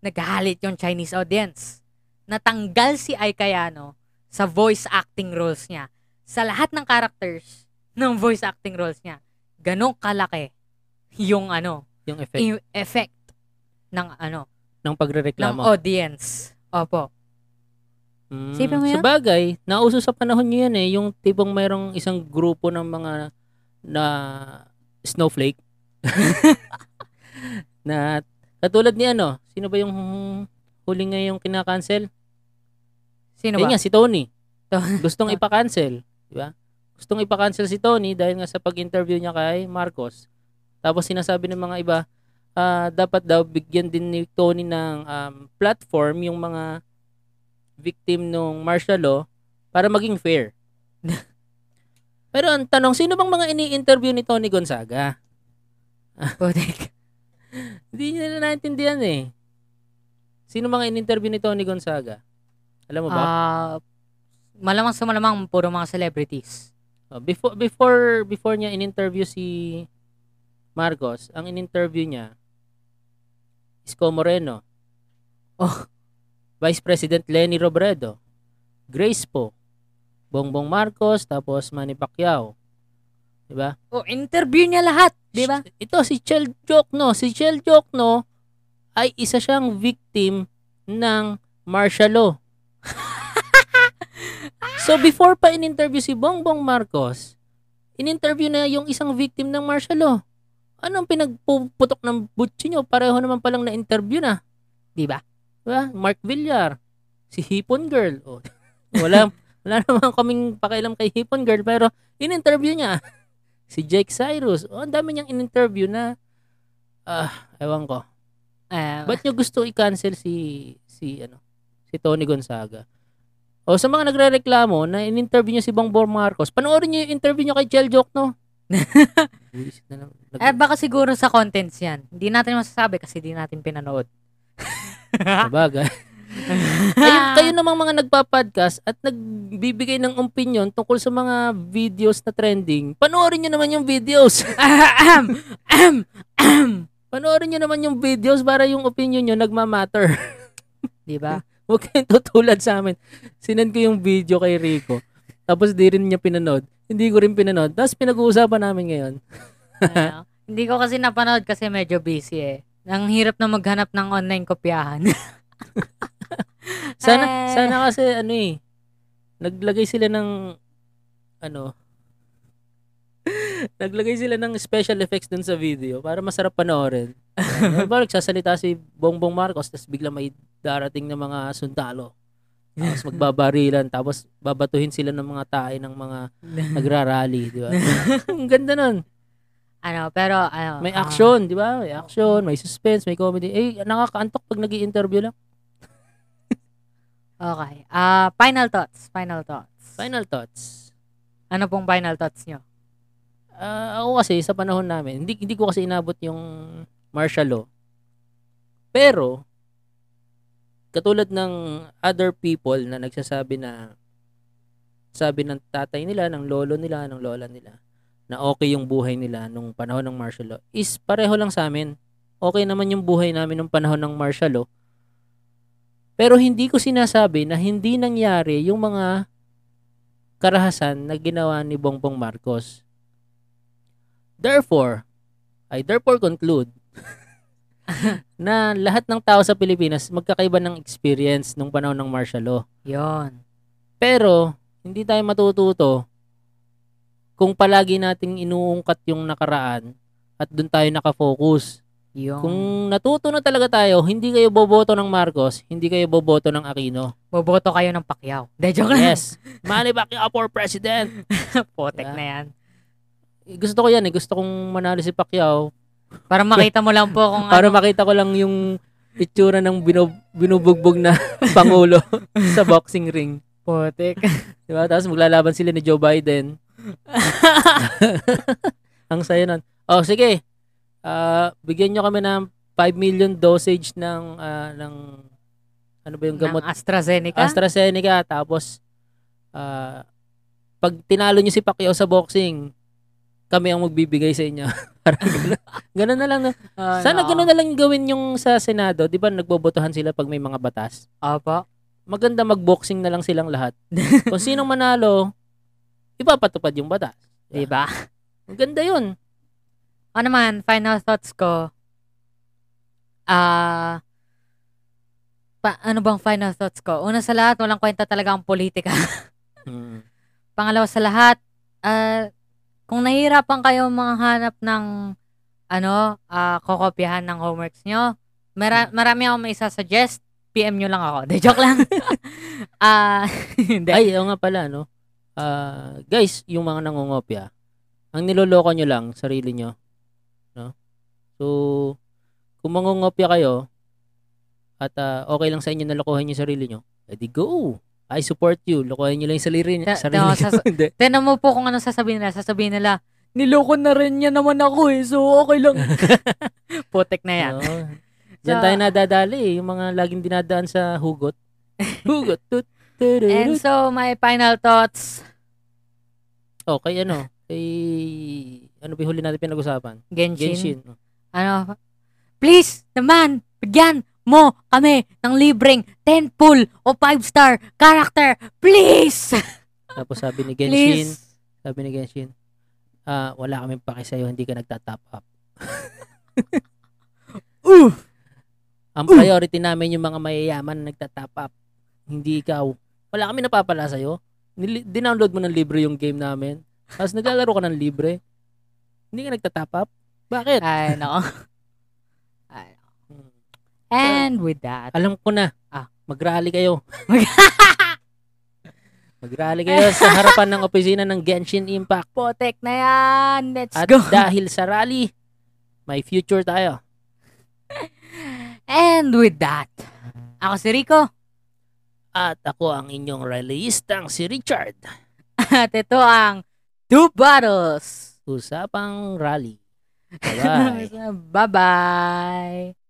Naghalit yung Chinese audience. Natanggal si Ai Kayano sa voice acting roles niya. Sa lahat ng characters ng voice acting roles niya. Ganong kalaki yung ano,
Yung effect
i- effect ng ano,
ng
ng
pagrereklamo.
audience. Opo.
Mm,
Isipin mo yun?
Sabagay, nauso sa panahon nyo yan eh, yung tipong mayroong isang grupo ng mga na snowflake. na katulad ni ano, sino ba yung huling nga yung kinakancel?
Sino Ano
Ayun
ba?
nga, si Tony.
To-
Gustong ipakancel. Di ba? Gustong ipakancel si Tony dahil nga sa pag-interview niya kay Marcos. Tapos sinasabi ng mga iba, ah, dapat daw bigyan din ni Tony ng um, platform yung mga victim ng martial law para maging fair. Pero ang tanong, sino bang mga ini-interview ni Tony Gonzaga?
Putik.
Hindi nila naintindihan eh. Sino mga in-interview ni Tony Gonzaga? Alam mo ba?
Ah, malamang sa malamang puro mga celebrities.
Oh, before before before niya in-interview si Marcos, ang in-interview niya Isko Moreno.
Oh.
Vice President Lenny Robredo, Grace po, Bongbong Marcos, tapos Manny Pacquiao. 'Di ba?
O, interview niya lahat, di ba?
Sh- Ito si Chel Jokno, si Chel Jokno ay isa siyang victim ng martial law. so before pa in-interview si Bongbong Marcos, in-interview na yung isang victim ng martial law. Anong pinagpuputok ng butsi nyo? Pareho naman palang na-interview na.
Di ba?
Diba? Mark Villar. Si Hipon Girl. O, wala, wala naman kaming pakialam kay Hipon Girl pero in-interview niya. Si Jake Cyrus. O, ang dami niyang in-interview na ah, ewan ko.
Ah,
Ba't niyo gusto i-cancel si si ano, si Tony Gonzaga? O sa mga nagrereklamo na in-interview niya si Bongbong Marcos, panoorin niyo yung interview niya kay Chel Jokno. Buisit na naman.
Eh, baka siguro sa contents yan. Hindi natin masasabi kasi di natin pinanood.
Sabagay. kayo, kayo namang mga nagpa-podcast at nagbibigay ng opinion tungkol sa mga videos na trending, panoorin nyo naman yung videos.
Ahem, ahem, ahem.
panoorin nyo naman yung videos para yung opinion nyo nagmamatter.
Di ba?
Huwag kayong tutulad sa amin. Sinend ko yung video kay Rico. Tapos di rin niya pinanood. Hindi ko rin pinanood. Tapos pinag-uusapan namin ngayon.
Ano? Hindi ko kasi napanood kasi medyo busy eh. Ang hirap na maghanap ng online kopyahan.
Sana,
Eh.
sana kasi ano eh, naglagay sila ng ano, naglagay sila ng special effects dun sa video para masarap panoorin. Ano ba, nagsasalita si Bongbong Marcos tapos bigla may darating na mga sundalo. Tapos magbabarilan, tapos babatuhin sila ng mga tae ng mga nagrarally, di ba? Ang ganda nun.
Ano, pero ano,
May
ah,
action, di ba? May action, may suspense, may comedy. Eh, nakakaantok pag nag interview lang.
okay. Ah, final thoughts, final thoughts.
Final thoughts.
Ano pong final thoughts nyo?
Ah, ako kasi sa panahon namin, hindi hindi ko kasi inabot yung martial law. Pero katulad ng other people na nagsasabi na sabi ng tatay nila, ng lolo nila, ng lola nila na okay yung buhay nila nung panahon ng martial law is pareho lang sa amin. Okay naman yung buhay namin nung panahon ng martial law. Pero hindi ko sinasabi na hindi nangyari yung mga karahasan na ginawa ni Bongbong Marcos. Therefore, I therefore conclude na lahat ng tao sa Pilipinas magkakaiba ng experience nung panahon ng martial law.
Yon.
Pero, hindi tayo matututo kung palagi nating inuungkat yung nakaraan at doon tayo nakafocus.
Yung
Kung natuto na talaga tayo, hindi kayo boboto ng Marcos, hindi kayo boboto ng Aquino.
boboto kayo ng Pacquiao. De, joke lang.
Yes, Manny Pacquiao for president.
Potek
Yeah.
na yan.
Eh, Gusto ko yan eh. Gusto kong manalo si Pacquiao
Para makita mo lang po kung
Para
ano.
makita ko lang yung itsura ng binub- binubugbog na pangulo sa boxing ring.
Potek.
Diba? Tapos maglalaban sila ni Joe Biden. Ang saya nun. Oh, sige. Ah, bigyan nyo kami ng 5 million dosage ng ah, ng ano ba yung gamot?
ng AstraZeneca.
AstraZeneca. Tapos ah, pag tinalo nyo si Pacquiao sa boxing, kami ang magbibigay sa inyo. Parang ganun. ganun na lang. no?
Ano?
Sana gano'n na lang gawin yung sa Senado. Di ba nagbobotohan sila pag may mga batas?
Opo.
Maganda magboxing na lang silang lahat. Kung sinong manalo, ipapatupad yung batas.
Di ba?
Maganda yun.
Ano naman, final thoughts ko. Ah... pa, ano bang final thoughts ko? Una sa lahat, walang kwenta talaga ang politika. Hmm. Pangalawa sa lahat, ah, kung nahihirapan kayo mga hanap ng ano, ah, kokopyahan ng homeworks nyo, mara- marami akong may suggest PM nyo lang ako. De, joke lang. Ah, hindi.
Ay, oo nga pala, no? Ah, guys, yung mga nangungopya, ang niloloko nyo lang, sarili nyo. No? So, kung mangungopya kayo, at ah, okay lang sa inyo na lokohin yung sarili nyo, edi go! I support you. Lokohin nyo lang yung sarili,
Ta-
sarili
tama,
nyo.
sas-
Hindi.
Tinan mo po kung ano sasabihin nila. Sasabihin nila, niloko na rin niya naman ako eh, so okay lang. Putek na yan.
Oo. Diyan
So-
tayo nadadali eh, yung mga laging dinadaan sa hugot. hugot. Tut, tururut.
And so, my final thoughts,
oh, kay ano? Kay... Ano ba yung huli natin pinag-usapan?
Genshin.
Genshin. Oh.
Ano, please, naman, bigyan mo kami ng libreng 10 pull o 5 star character. Please!
Tapos sabi ni Genshin,
please!
sabi ni Genshin, ah, wala kaming paki sa'yo, hindi ka nagtatop up.
Uh,
Ang
Ooh.
priority namin yung mga mayayaman na nagtatop up. Hindi ikaw. Wala kami napapala sa'yo. Nili- dinownload mo ng libre yung game namin. Tapos naglalaro ka ng libre. Hindi ka nagtatop up. Bakit?
ay, nako.
Hmm.
And with that,
Alam ko na.
Ah.
Mag-rally kayo.
Mag-
Mag-rally kayo sa harapan ng opisina ng Genshin Impact.
potek na yan. Let's
At
go.
dahil sa rally, may future tayo.
And with that, ako si Rico.
At ako ang inyong rallyistang si Richard.
At ito ang Two Bottles.
Usapang rally. Bye-bye.
Bye-bye.